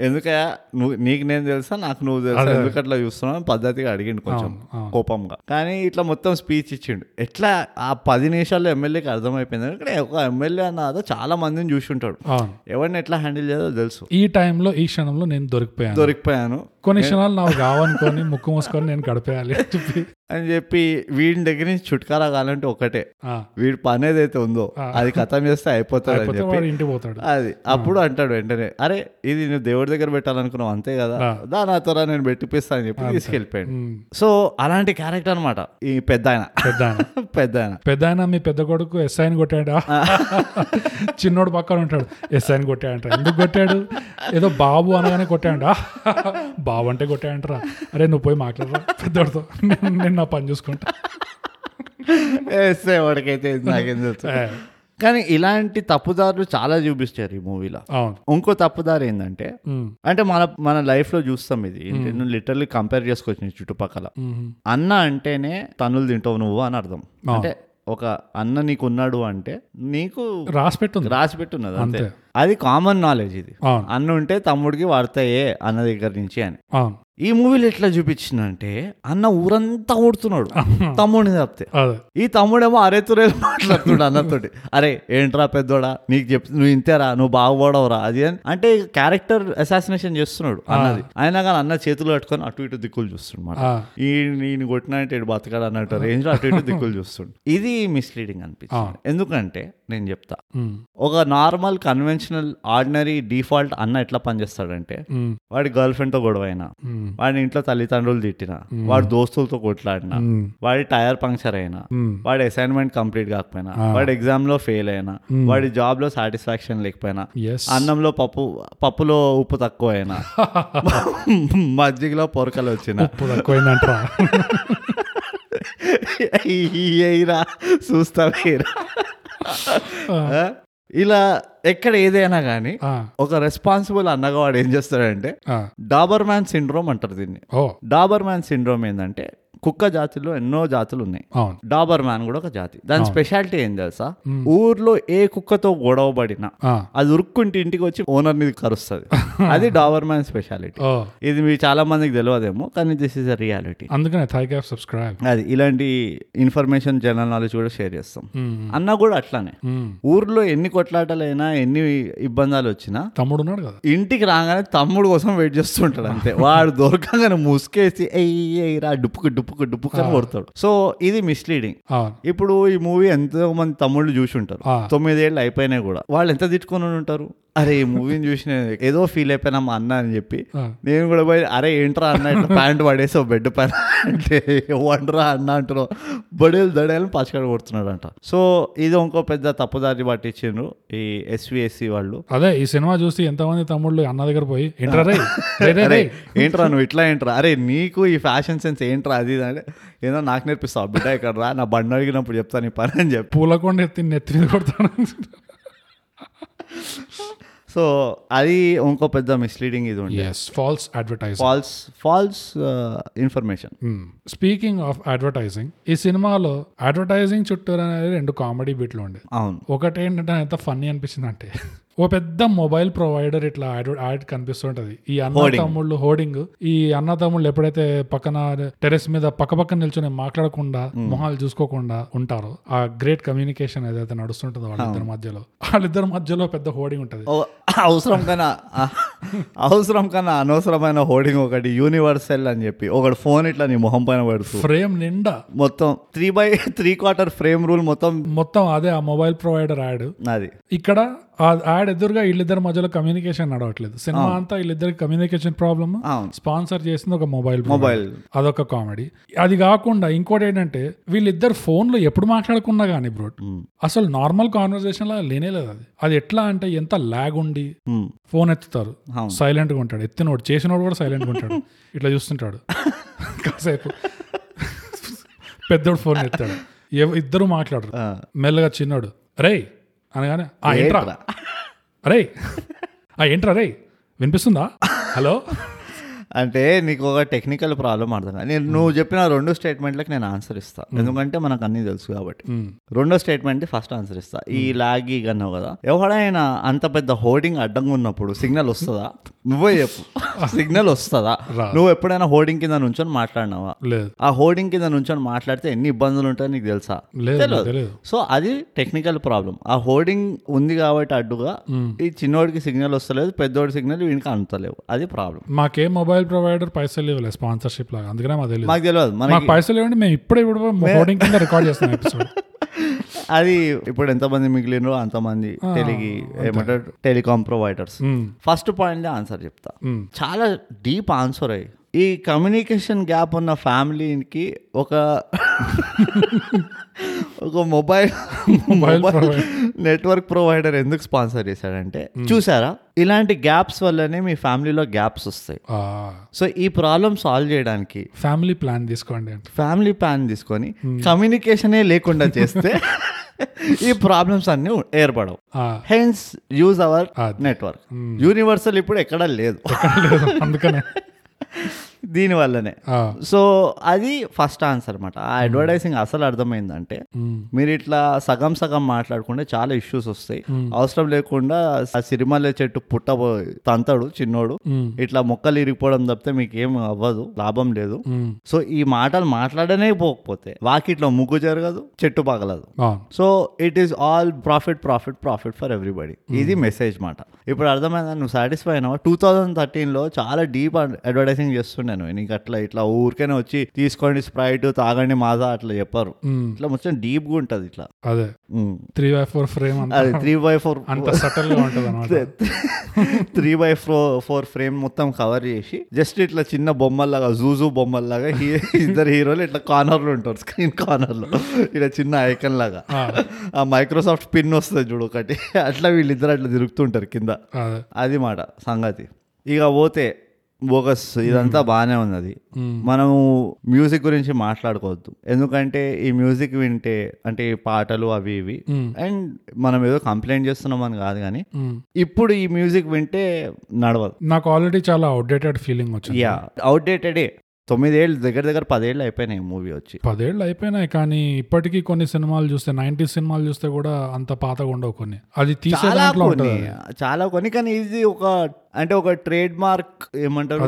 ఎందుకయ్యా నువ్వు నీకు నేను తెలుసా నాకు నువ్వు తెలుసా ఎందుకు అట్లా చూస్తున్నావు అని పద్ధతిగా అడిగిండు కొంచెం
అవును.
కోపంగా కానీ ఇట్లా మొత్తం స్పీచ్ ఇచ్చిండు ఎట్లా ఆ పది నిమిషాల్లో ఎమ్మెల్యేకి అర్థమైపోయింది ఎందుకంటే ఒక ఎమ్మెల్యే అన్న అదో చాలా మందిని చూసి ఉంటాడు
అవును
ఎవరిని ఎట్లా హ్యాండిల్ చేయాలో తెలుసు
ఈ టైంలో ఈ క్షణంలో నేను దొరికిపోయాను
దొరికిపోయాను
కొన్ని క్షణాలు నాకు కావనుకొని ముక్కు మూసుకొని నేను గడిపేయాలి అని చెప్పి
అని చెప్పి వీడి దగ్గర నుంచి చుట్కారా కావాలంటే ఒకటే
ఆ,
వీడి పని ఏదైతే ఉందో అది ఖతం చేస్తే అయిపోతాడు అని
పోతే
చెప్పి
వాడు ఇంటికి పోతాడు
అది అప్పుడు అంటాడు వెంటనే అరే ఇది నువ్వు దేవుడి దగ్గర పెట్టాలనుకున్నావు అంతే కదా దా నా త్వర నేను పెట్టిపిస్తా అని చెప్పి తీసుకెళ్ళిపోయాడు
ఉమ్,
సో అలాంటి క్యారెక్టర్ అన్నమాట ఈ పెద్ద ఆయన
పెద్ద ఆయన
పెద్ద ఆయన
పెద్ద ఆయన మీ పెద్ద కొడుకు ఎస్ఐని కొట్టాడా చిన్నోడు పక్కన ఉంటాడు ఎస్ఐని కొట్టాడంట ఎందుకు కొట్టాడు ఏదో బాబు అనగానే కొట్టాడా బాబు అంటే కొట్టాడంటరా అరే నువ్వు పోయి మాట్లాడరా పెద్దోడితో నేను నేను నా పని చూసుకుంటా
ఎస్ ఎవరికైతే ఇది నాకేం తెలుసు
ఏ,
కానీ ఇలాంటి తప్పుదారులు చాలా చూపిస్తారు ఈ మూవీలో
అవును
ఇంకో తప్పుదారు ఏంటంటే
ఉమ్,
అంటే మన మన లైఫ్ లో చూస్తాం ఇది ఏంటి, నువ్వు లిటరల్లీ కంపేర్ చేసుకోవచ్చు నీ చుట్టుపక్కల
ఉమ్,
అన్న అంటేనే తన్నులు తింటావు నువ్వు అని అర్థం అంటే ఒక అన్న నీకు ఉన్నాడు అంటే నీకు
రాసి పెట్టుంది
రాసి పెట్టున్నది అంతే
అంతే.
అది కామన్ నాలెడ్జ్ ఇది
అవును
అన్న ఉంటే తమ్ముడికి వాడతాయే అన్న దగ్గర నుంచి అని
అవును
ఈ మూవీలో ఎట్లా చూపించిందంటే అన్న ఊరంతా ఊడుతున్నాడు తమ్ముడిని తప్పితే
అదే
ఈ తమ్ముడేమో అరే తురేలు మాట్లాడుతున్నాడు అన్నతోటి అరే ఏంట్రా పెద్దోడా నీకు చెప్ నువ్వు ఇంతేరా నువ్వు బాగుపడవురా అది అని అంటే క్యారెక్టర్ అసాసినేషన్ చేస్తున్నాడు అన్నది అయినా కానీ అన్న చేతులు పట్టుకొని అటు ఇటు దిక్కులు చూస్తున్నాడు
ఆ,
ఈ నేను కొట్టినా అంటే ఇటు బతకాడు అన్నట్టు రేంజ్ అటు ఇటు దిక్కులు చూస్తుండు ఇది మిస్లీడింగ్ అనిపిస్తుంది ఎందుకంటే నేను చెప్తా
ఉమ్,
ఒక నార్మల్ కన్వెన్షనల్ ఆర్డినరీ డిఫాల్ట్ అన్న ఎట్లా పనిచేస్తాడంటే
ఉమ్,
వాడి గర్ల్ ఫ్రెండ్తో గొడవ అయినా
ఉమ్,
వాడి ఇంట్లో తల్లిదండ్రులు తిట్టినా వాడి దోస్తులతో కొట్లాడినా
ఉమ్,
వాడి టైర్ పంక్చర్ అయినా
ఉమ్,
వాడి అసైన్మెంట్ కంప్లీట్ కాకపోయినా వాడి ఎగ్జామ్ లో ఫెయిల్ అయినా వాడి జాబ్ లో సాటిస్ఫాక్షన్ లేకపోయినా
ఎస్
అన్నంలో పప్పు పప్పులో ఉప్పు తక్కువ అయినా మజ్జిగలో పొరకలు వచ్చిన
ఇప్పుడు తక్కువైందంటరా
ఈరా చూస్తావేరా ఇలా ఎక్కడ ఏదైనా కానీ
ఆ,
ఒక రెస్పాన్సిబుల్ అన్నగా వాడు ఏం చేస్తాడంటే
ఆ,
డాబర్ మ్యాన్ సిండ్రోమ్ అంటారు దీన్ని
ఓ
డాబర్ మ్యాన్ సిండ్రోమ్ ఏంటంటే కుక్క జాతుల్లో ఎన్నో జాతులు ఉన్నాయి
అవును
డాబర్ మ్యాన్ కూడా ఒక జాతి దాని స్పెషాలిటీ ఏం తెలుసా ఊర్లో ఏ కుక్కతో గొడవబడినా
ఆ,
అది ఉరుక్కుంటే ఇంటికి వచ్చి ఓనర్ ని కరుస్తుంది అది డాబర్ మ్యాన్ స్పెషాలిటీ
ఓ
ఇది మీ చాలా మందికి తెలియదేమో కానీ దిస్ ఇస్ అ రియాలిటీ
అందుకనే థై గ్యాప్ సబ్స్క్రైబ్
అది ఇలాంటి ఇన్ఫర్మేషన్ జనరల్ నాలెడ్జ్ కూడా షేర్ చేస్తాం అన్న కూడా అట్లానే
మ్మ్.
ఊర్లో ఎన్ని కొట్లాటలైనా ఎన్ని ఇబ్బందాలు వచ్చినా
తమ్ముడు ఉన్నాడు కదా
ఇంటికి రాగానే తమ్ముడు కోసం వెయిట్ చేస్తుంటాడు అంతే వాడు దొరకగానే ముసుకేసి ఎయ్యి రా డుప్పుకు డుప్పుకు డుప్పుకు అని కొడతాడు సో ఇది మిస్లీడింగ్
అవును
ఇప్పుడు ఈ మూవీ ఎంతో మంది తమ్ముళ్ళు చూసి ఉంటారు
ఆ.
తొమ్మిదేళ్ళు అయిపోయినాయి కూడా వాళ్ళు ఎంత తిట్టుకొని ఉంటారు అరే ఈ మూవీని చూసి నేను ఏదో ఫీల్ అయిపోయినా మా అన్న అని చెప్పి
ఆ.
నేను కూడా పోయి అరే ఏంట్రా అన్న ఇట్లా ప్యాంట్ పడేసావు బెడ్ పైన అంటే వండరా అన్న అంటున్నావు బడేలు దడేలు పచ్చకడ కొడుతున్నాడు అంట సో ఇది ఇంకో పెద్ద తప్పుదారి పట్టించిండ్రు ఈ ఎస్విఎస్సి E వాళ్ళు
అదే ఈ సినిమా చూసి ఎంతమంది తమ్ముళ్ళు అన్న దగ్గర పోయి ఏంట్రా రే రే, రే,
అరే
రే
ఏంట్రా నువ్వు ఇట్లా ఏంట్రా అరే నీకు ఈ ఫ్యాషన్ సెన్స్ ఏంట్రా అది ఇది అంటే ఏదో నాకు నేర్పిస్తావు బిడ్డ ఇక్కడ రా నా బండి అడిగినప్పుడు చెప్తాను నీ పని అని చెప్పి
పూలకొండ ఎత్తి నెత్తి మీద కొడతాను
సో అది ఇంకో పెద్ద మిస్లీడింగ్ ఇది ఉండే uh,
ఎస్ false advertise
false false information
speaking of advertising ఈ సినిమాలో అడ్వర్టైజింగ్ చుట్టూరు అనేది రెండు కామెడీ బిట్లు ఉండే
అవును
ఒకటి ఏంటంటే నాకు ఎంత ఫన్నీ అనిపించింది అంటే ఓ పెద్ద మొబైల్ ప్రొవైడర్ ఇట్లా యాడ్ యాడ్ కనిపిస్తుంటది ఈ అన్న తమ్ముళ్ళు హోర్డింగ్ ఈ అన్న తమ్ముళ్ళు ఎప్పుడైతే పక్కన టెరెస్ మీద పక్క పక్కన నిల్చొని మాట్లాడకుండా మొహాలు చూసుకోకుండా ఉంటారో ఆ గ్రేట్ కమ్యూనికేషన్ ఏదైతే నడుస్తుంటుందో వాళ్ళిద్దరి మధ్యలో వాళ్ళిద్దరి మధ్యలో పెద్ద హోర్డింగ్ ఉంటది
ఓ, అవసరం కన్నా అవసరం కన్నా అనవసరమైన హోర్డింగ్ ఒకటి యూనివర్సల్ అని చెప్పి ఒకడు ఫోన్ ఇట్లా నీ మొహం పైన పెడుతూ
ఫ్రేమ్ నిండా
మొత్తం three by three quarter frame rule మొత్తం
మొత్తం అదే ఆ మొబైల్ ప్రొవైడర్ యాడ్
అది
ఇక్కడ ఆ యాడ్ ఎదురుగా వీళ్ళిద్దరి మధ్యలో కమ్యూనికేషన్ నడవట్లేదు సినిమా అంతా వీళ్ళిద్దరికి కమ్యూనికేషన్ ప్రాబ్లమ్
అవును
స్పాన్సర్ చేసింది ఒక మొబైల్
మొబైల్
అదొక కామెడీ అది కాకుండా ఇంకోటి ఏంటంటే వీళ్ళిద్దరు ఫోన్లో ఎప్పుడు మాట్లాడుకున్నా కానీ బ్రో అసలు నార్మల్ కాన్వర్సేషన్ లా లేనే లేదు అది అది ఎట్లా అంటే ఎంత లాగ్ ఉండి ఫోన్ ఎత్తుతారు సైలెంట్ గా ఉంటాడు ఎత్తినోడు చేసినోడు కూడా సైలెంట్ గా ఉంటాడు ఇట్లా చూస్తుంటాడు కాసేపు పెద్దోడు ఫోన్ ఎత్తాడు ఎవ- ఇద్దరు మాట్లాడరు మెల్లగా చిన్నోడు రేయ్ అనగానే ఆ ఏంట్రా రే ఆ ఏంట్రా రేయ్ వినిపిస్తుందా హలో
అంటే నీకు ఒక టెక్నికల్ ప్రాబ్లం అర్థం కాదు. నేను నువ్వు చెప్పిన రెండు స్టేట్మెంట్లకు నేను ఆన్సర్ ఇస్తా ఎందుకంటే మనకు అన్నీ తెలుసు కాబట్టి రెండో స్టేట్మెంట్ ఫస్ట్ ఆన్సర్ ఇస్తా ఈ లాగి అన్నావు కదా ఎవడైనా అంత పెద్ద హోర్డింగ్ అడ్డంగా ఉన్నప్పుడు సిగ్నల్ వస్తుందా నువ్వే చెప్పు సిగ్నల్ వస్తుందా
రాదు.
నువ్వు ఎప్పుడైనా హోర్డింగ్ కింద నుంచొని మాట్లాడినావా
లేదు
ఆ హోర్డింగ్ కింద నుంచొని మాట్లాడితే ఎన్ని ఇబ్బందులు ఉంటాయో నీకు తెలుసా
లేదు
తెలియదు.
తెలియదు
సో అది టెక్నికల్ ప్రాబ్లం ఆ హోర్డింగ్ ఉంది కాబట్టి అడ్డుగా ఈ చిన్నోడికి సిగ్నల్ వస్తలేదు పెద్దోడి సిగ్నల్ వీనికి అంతలేవు అది ప్రాబ్లం
మాకే మొబైల్ ప్రొవైడర్ పైసలు ఇవ్వలేదు స్పాన్సర్షిప్ లాగా అందుకనే మాకు తెలియదు
మాకు తెలియదు మనకి
మాకు పైసలు ఇవ్వండి మేము ఇప్పుడే ఇప్పుడు హోర్డింగ్ కింద రికార్డ్ చేస్తున్నాం ఎపిసోడ్
అది ఇప్పుడు ఎంతమంది మిగిలినో అంతమంది టెలిగి ఏమంటారు telecom providers first point answer చెప్తా
Hmm.
చాలా డీప్ ఆన్సర్ అయ్యి ఈ కమ్యూనికేషన్ గ్యాప్ ఉన్న ఫ్యామిలీకి ఒక ఒక mobile
Mobile
mobile network provider ఎందుకు స్పాన్సర్ చేశాడంటే చూసారా ఇలాంటి గ్యాప్స్ వల్లనే మీ ఫ్యామిలీలో గ్యాప్స్ వస్తాయి సో ఈ ప్రాబ్లం సాల్వ్ చేయడానికి
ఫ్యామిలీ ప్లాన్ తీసుకోండి అంటే
ఫ్యామిలీ ప్లాన్ తీసుకొని కమ్యూనికేషనే లేకుండా చేస్తే ఈ ప్రాబ్లమ్స్ అన్నీ ఏర్పడవు
ఆ,
హెన్స్ యూజ్ అవర్
అది.
నెట్వర్క్ యూనివర్సల్ ఇప్పుడు ఎక్కడా లేదు
లేదు అందుకనే
దీని వల్లనే
ఆ,
సో అది ఫస్ట్ ఆన్సర్ అనమాట ఆ అడ్వర్టైజింగ్ అసలు అర్థమైందంటే
మ్మ్.
మీరు ఇట్లా సగం సగం మాట్లాడుకుంటే చాలా ఇష్యూస్ వస్తాయి అవసరం లేకుండా ఆ సిరిమల్లె చెట్టు పుట్ట తంతాడు చిన్నోడు
మ్మ్.
ఇట్లా మొక్కలు ఇరిగిపోవడం తప్పితే మీకు ఏం అవ్వదు లాభం లేదు
మ్మ్.
సో ఈ మాటలు మాట్లాడనే పోకపోతే వాకిట్లో ముగ్గు జరగదు చెట్టు పగలదు
అవును
so it is all profit profit profit for everybody ఇది మెసేజ్ మాట ఇప్పుడు అర్థమైందా నువ్వు సాటిస్ఫై అయినావా టూ థౌజండ్ థర్టీన్లో చాలా డీప్ అడ్వర్టైజింగ్ చేస్తున్నాను నీకు అట్లా ఇట్లా ఊరికనే వచ్చి తీసుకోండి స్ప్రైట్ తాగండి మాజా అట్లా చెప్పారు
మ్మ్.
ఇట్లా మొత్తం డీప్గా ఉంటుంది ఇట్లా
అదే
మ్మ్.
త్రీ బై ఫోర్ ఫ్రేమ్ అంత
అది త్రీ బై ఫోర్
అంత సటల్ గా ఉంటది అనమాట
three by four four frame మొత్తం కవర్ చేసి జస్ట్ ఇట్లా చిన్న బొమ్మల్లాగా జూజూ బొమ్మల్లాగా హీ- ఇద్దరు హీరోలు ఇట్లా కార్నర్లో ఉంటారు స్క్రీన్ కార్నర్లో ఇట్లా చిన్న ఐకన్ లాగా ఆ మైక్రోసాఫ్ట్ పిన్ వస్తుంది చూడు ఒకటి అట్లా వీళ్ళిద్దరు అట్లా తిరుగుతుంటారు కింద
అదే
అది మాట సంగతి ఇక పోతే బోగస్ ఇదంతా బాగానే ఉన్నది
మ్మ్.
మనము మ్యూజిక్ గురించి మాట్లాడుకోవద్దు ఎందుకంటే ఈ మ్యూజిక్ వింటే అంటే ఈ పాటలు అవి ఇవి
మ్మ్.
అండ్ మనం ఏదో కంప్లైంట్ చేస్తున్నాం అని కాదు కానీ
మ్మ్.
ఇప్పుడు ఈ మ్యూజిక్ వింటే నడవదు
నాకు ఆల్రెడీ చాలా అవుట్డేటెడ్ ఫీలింగ్ వచ్చింది
యా అవుట్డేటెడే తొమ్మిదేళ్ళు దగ్గర దగ్గర పదేళ్ళు అయిపోయినాయి మూవీ వచ్చి
పదేళ్ళు అయిపోయినాయి కానీ ఇప్పటికీ కొన్ని సినిమాలు చూస్తే నైన్టీ సినిమాలు చూస్తే కూడా అంత పాతగా ఉండవు కొన్ని అది తీసే
చాలా
దాంట్లో
కొన్ని
ఉంటుంది
చాలా కొన్ని కానీ ఇది ఒక అంటే ఒక ట్రేడ్ మార్క్ ఏమంటారు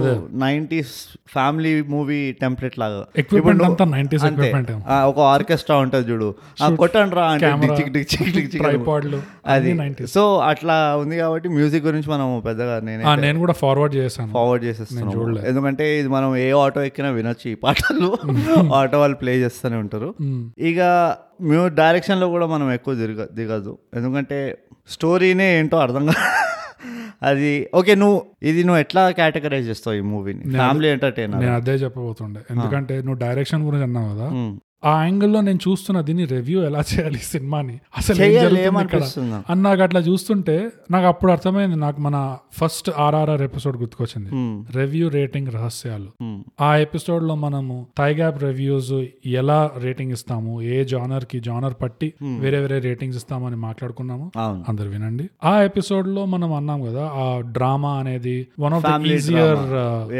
నైన్టీస్ ఫ్యామిలీ మూవీ టెంప్లెట్ లాగా
ఎక్విప్మెంట్ అంతా నైన్టీస్
అంతే
ఎక్విప్మెంట్
ఆ, ఒక ఆర్కెస్ట్రా ఉంటుంది చూడు ఆ కొట్టండి రా అంటే
Camera,
డిచిక్ డిచిక్ డిచిక్
ట్రైపాడ్లు
అది
అది నైన్టీస్
సో అట్లా ఉంది కాబట్టి మ్యూజిక్ గురించి మనం పెద్దగా నేను
నేను కూడా ఫార్వర్డ్ చేశాను
ఫార్వర్డ్ చేసేస్తున్నాము ఎందుకంటే ఇది మనం ఏ ఆటో ఎక్కినా వినొచ్చు ఈ పాటలు ఆటో వాళ్ళు ప్లే చేస్తూనే ఉంటారు ఇక మ్యూ డైరెక్షన్లో కూడా మనం ఎక్కువ దిగ దిగదు ఎందుకంటే స్టోరీనే ఏంటో అర్థం కా అది ఓకే నువ్వు ఇది నువ్వు ఎట్లా కేటగరైజ్ చేస్తావు ఈ మూవీని ఫ్యామిలీ ఎంటర్టైనర్
నేను అదే చెప్పబోతుండే ఎందుకంటే నువ్వు డైరెక్షన్ గురించి అన్నావు కదా ఆ యాంగిల్లో నేను చూస్తున్న దీన్ని రివ్యూ ఎలా చేయాలి ఈ సినిమాని అసలు ఏం
చేయాలి,
జరుగుతుంది ఇక్కడ
ఏమనిపిస్తుంది నాకు?
అని నాకు అట్లా చూస్తుంటే నాకు అప్పుడు అర్థమైంది నాకు మన ఫస్ట్ ఆర్ఆర్ఆర్ ఎపిసోడ్ గుర్తుకొచ్చింది
Hmm.
రివ్యూ రేటింగ్ రహస్యాలు ఆ ఎపిసోడ్ లో మనము థైగ్యాప్ రివ్యూస్ ఎలా రేటింగ్ ఇస్తాము ఏ జానర్ కి జానర్ పట్టి
Hmm.
వేరే వేరే రేటింగ్స్ ఇస్తామని మాట్లాడుకున్నాము
అవును
అందరు వినండి ఆ ఎపిసోడ్ లో మనం అన్నాం కదా ఆ డ్రామా అనేది one of the
Family
easier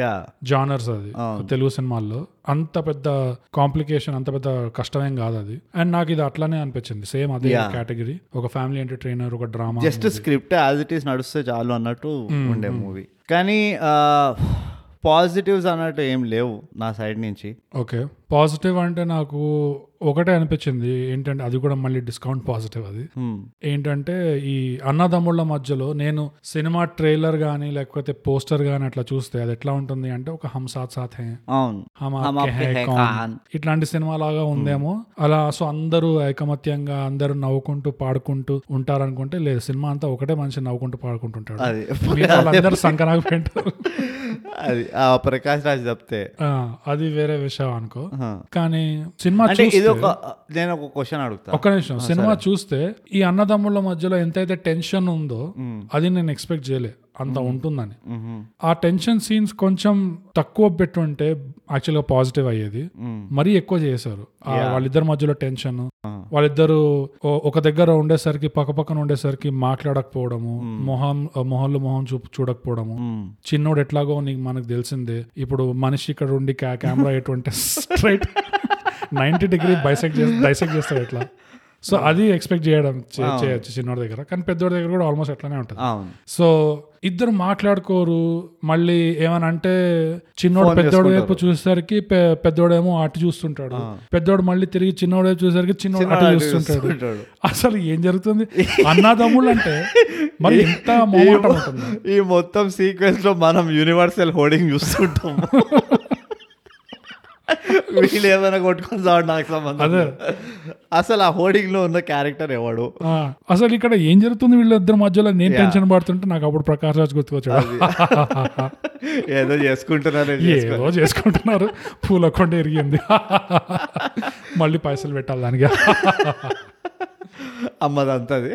yeah
genres అది తెలుగు సినిమాల్లో అంత పెద్ద కాంప్లికేషన్ అంత పెద్ద కష్టమేం కాదు అది అండ్ నాకు ఇది అట్లానే అనిపించింది సేమ్ అదే కేటగిరీ ఒక ఫ్యామిలీ ఎంటర్టైనర్ ఒక drama
just script as it is నడుస్తే చాలు అన్నట్టు ఉండే మూవీ కానీ పాజిటివ్స్ అన్నట్టు ఏం లేవు నా సైడ్ నుంచి
ఓకే పాజిటివ్ అంటే నాకు ఒకటే అనిపించింది ఏంటంటే అది కూడా మళ్ళీ డిస్కౌంట్ పాజిటివ్ అది
Hmm.
ఏంటంటే ఈ అన్నదమ్ముళ్ళ మధ్యలో నేను సినిమా ట్రైలర్ కానీ లేకపోతే పోస్టర్ కానీ అట్లా చూస్తే అది ఎట్లా ఉంటుంది అంటే ఒక హమ్ సాత్ సాత్ హే
అవును
హమ్
హమ్
ఆప్కే
ఆప్కే
హై
హై
కౌన్.
కౌన్.
ఇట్లాంటి సినిమా లాగా ఉందేమో అలా సో అందరూ ఐకమత్యంగా అందరూ నవ్వుకుంటూ పాడుకుంటూ ఉంటారనుకుంటే లేదు సినిమా అంతా ఒకటే మనిషి నవ్వుకుంటూ పాడుకుంటుంటాడు
అది
మిగతా వాళ్ళందరూ సంకనాకు పెంటారు
అది ఆ ప్రకాష్ రాజ్ చెప్తే
ఆ, అది వేరే విషయం అనుకో
Huh.
కానీ సినిమా
అంటే
చూస్తే-
ఇది ఒక నేను ఒక క్వశ్చన్ అడుగుతా
ఒక్క నిమిషం సినిమా చూస్తే ఈ అన్నదమ్ముల మధ్యలో ఎంతైతే టెన్షన్ ఉందో అది నేను ఎక్స్పెక్ట్ చేయలే అంత ఉంటుందని
మ్మ్.
ఆ టెన్షన్ సీన్స్ కొంచెం తక్కువ పెట్టుంటే యాక్చువల్గా పాజిటివ్ అయ్యేది
మ్మ్.
మరీ ఎక్కువ చేశారు ఆ వాళ్ళిద్దరి మధ్యలో టెన్షన్
ఆ.
వాళ్ళిద్దరు ఓ- ఒక దగ్గర ఉండేసరికి పక్కపక్కన ఉండేసరికి మాట్లాడకపోవడము మొహం మొహంలో మొహం చూ చూడకపోవడము
మ్మ్.
చిన్నోడు ఎట్లాగో నీకు మనకు తెలిసిందే ఇప్పుడు మనిషి ఇక్కడ ఉండి కా- కెమెరా ఎటువంటి straight ninety degree bisect dissect చేస్తాడు ఎట్లా సో అది ఎక్స్పెక్ట్ చేయడం చే- చేయొచ్చు చిన్నోడి దగ్గర కానీ పెద్దోడి దగ్గర కూడా ఆల్మోస్ట్ అట్లానే ఉంటుంది
అవును
సో ఇద్దరు మాట్లాడుకోరు మళ్ళీ ఏమని అంటే చిన్నోడు
Phone
పెద్దోడు వైపు చూసేసరికి పె- పెద్దోడేమో అటు చూస్తుంటాడు పెద్దోడు మళ్ళీ తిరిగి చిన్నోడు వైపు చూసేసరికి చిన్నోడు అటు చూస్తుంటాడు
చూస్తుంటాడు.
అసలు ఏం జరుగుతుంది అన్నదమ్ములు అంటే మరి ఎంత మోమాటం ఉంటుంది
ఈ మొత్తం సీక్వెన్స్ లో మనం యూనివర్సల్ హోర్డింగ్ చూస్తుంటాం వీళ్ళు ఏమైనా కొట్టుకొని చావు నాకు సంబంధం లేదు. అసలు ఆ హోర్డింగ్ లో ఉన్న క్యారెక్టర్ ఎవడు
ఆ, అసలు ఇక్కడ ఏం జరుగుతుంది వీళ్ళిద్దరి మధ్యలో నేను టెన్షన్ పడుతుంటే నాకు అప్పుడు ప్రకాష్ రాజ్ గుర్తుకొచ్చాడు
ఏదో చేసుకుంటున్నారు
ఏదో చేసుకుంటున్నారు పూల కొండ ఎరిగింది మళ్ళీ పైసలు పెట్టాలి దానికి
అమ్మదంతది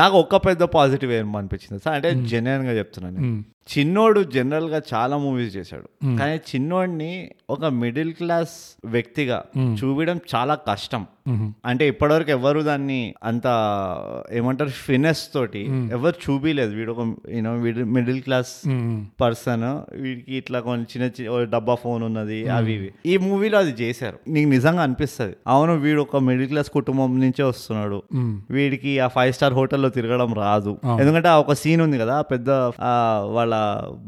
నాకు ఒక్క పెద్ద పాజిటివ్ ఏం అనిపించింది సార్ అంటే జెన్యున్ గా చెప్తున్నాను నేను. చిన్నోడు జనరల్ గా చాలా మూవీస్ చేశాడు కానీ చిన్నోడిని ఒక మిడిల్ క్లాస్ వ్యక్తిగా చూపించడం చాలా కష్టం అంటే ఇప్పటివరకు ఎవరు దాన్ని అంత ఏమంటారు ఫినెస్ తోటి ఎవరు చూపిలేదు వీడు ఒక you know middle class
um.
Person వీడికి ఇట్లా కొన్ని చిన్న చిన్న ఓ డబ్బా ఫోన్ ఉన్నది అవి ఇవి ఈ మూవీలో అది చేశారు నీకు నిజంగా అనిపిస్తుంది అవును వీడు ఒక మిడిల్ క్లాస్ కుటుంబం నుంచే వస్తున్నాడు వీడికి ఆ ఫైవ్ స్టార్ హోటల్లో తిరగడం రాదు ఎందుకంటే ఆ ఒక సీన్ ఉంది కదా ఆ పెద్ద ఆ, వాళ్ళ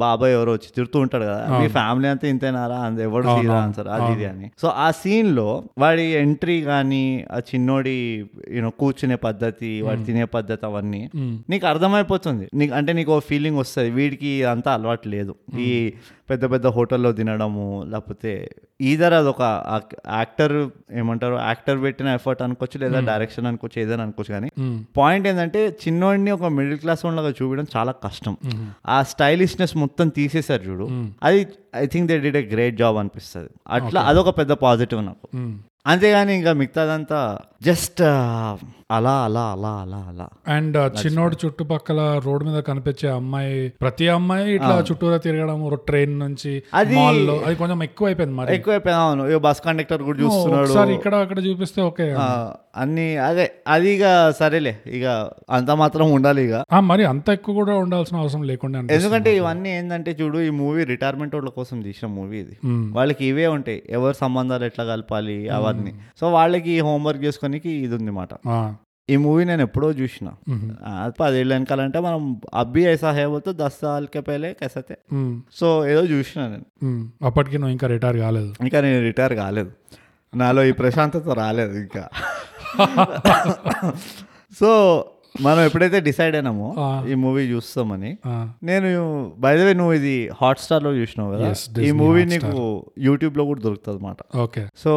బాబాయ్ ఎవరో వచ్చి తిడుతూ ఉంటాడు కదా మీ ఫ్యామిలీ అంతా ఇంతేనారా అంత ఎవరు తీరా ఆన్సర్ అది ఇది అని సో ఆ సీన్ లో వాడి ఎంట్రీ కానీ ఆ చిన్నోడి యూనో కూర్చునే పద్ధతి వాడు తినే పద్ధతి అవన్నీ నీకు అర్థమైపోతుంది నీకు అంటే నీకు ఫీలింగ్ వస్తుంది వీడికి అంతా అలవాటు లేదు ఈ పెద్ద పెద్ద హోటల్లో తినడము లేకపోతే ఈధర్ అదొక యాక్టర్ ఏమంటారు యాక్టర్ పెట్టిన ఎఫర్ట్ అనుకోవచ్చు లేదా డైరెక్షన్ అనుకోవచ్చు ఏదైనా అనుకోవచ్చు కానీ పాయింట్ ఏంటంటే చిన్నోడిని ఒక మిడిల్ క్లాస్ లాగా చూపించడం చాలా కష్టం ఆ స్టైలిష్నెస్ మొత్తం తీసేశారు చూడు అది I think they did a great job అనిపిస్తుంది అట్లా అదొక పెద్ద పాజిటివ్ నాకు
ఉమ్.
అంతేగాని ఇంకా మిగతాదంతా జస్ట్ అలా అలా అలా అలా అలా
అండ్ ఆ చిన్నోడు చుట్టుపక్కల రోడ్ మీద కనిపించే అమ్మాయి ప్రతి అమ్మాయి ఇట్లా చుట్టూరా తిరగడం ట్రైన్ నుంచి
అది-
మాల్ లో అది కొంచెం ఎక్కువ అయిపోయింది మరి
ఎక్కువైపోయినా అవును ఇగో బస్ కండక్టర్ కూడా చూస్తున్నాడు
ఒకసారి ఇక్కడ అక్కడ చూపిస్తే ఓకే
ఆ, అన్ని అదే అది ఇక సరేలే ఇక అంత మాత్రం ఉండాలి ఇక
ఆ, మరి అంత ఎక్కువ కూడా ఉండాల్సిన అవసరం లేకుండా అనిపిస్తుంది.
ఎందుకంటే ఇవన్నీ ఏంటంటే చూడు ఈ మూవీ రిటైర్మెంట్ వాళ్ళ కోసం తీసిన మూవీ ఇది
మ్మ్.
వాళ్ళకి ఇవే ఉంటాయి ఎవరి సంబంధాలు ఎట్లా కలపాలి అవన్నీ సో వాళ్ళకి ఈ హోంవర్క్ చేసుకోనికి ఇది ఉంది మాట
ఆ,
ఈ మూవీ నేను ఎప్పుడో చూసిన
మ్మ్.
ఆ, పదేళ్ళు వెనకాలంటే మనం అబ్బి ఐసా హేవతో దస్ సార్కే పేలే కసతే
మ్మ్.
సో ఏదో చూసిన నేను
మ్మ్. అప్పటికి నువ్వు ఇంకా రిటైర్ కాలేదు
ఇంకా నేను రిటైర్ కాలేదు నాలో ఈ ప్రశాంతత రాలేదు ఇంకా సో మనం ఎప్పుడైతే డిసైడ్ అయినామో
ఆ.
ఈ మూవీ చూస్తామని
ఆ,
నేను బై ద వే నువ్వు ఇది హాట్స్టార్ లో చూసినావు కదా
Yes,
ఈ
Disney
మూవీ నీకు యూట్యూబ్ లో కూడా దొరుకుతుంది అనమాట
ఓకే
సో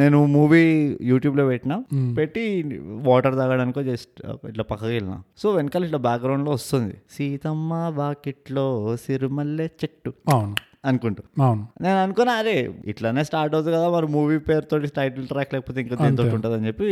నేను మూవీ యూట్యూబ్ లో పెట్టినా
Hmm.
పెట్టి వాటర్ తాగడానికో జస్ట్ ఇట్లా పక్కకి వెళ్ళిన సో వెనకాల ఇట్లా బ్యాక్గ్రౌండ్ లో వస్తుంది సీతమ్మ వాకిట్లో సిరిమల్లె చెట్టు
అవును
అనుకుంటూ
అవును
నేను అనుకున్నా అరే ఇట్లానే స్టార్ట్ అవుతుంది కదా మరి మూవీ పేరుతో టైటిల్ ట్రాక్ లేకపోతే ఇంకా దేంతో ఉంటుంది అని చెప్పి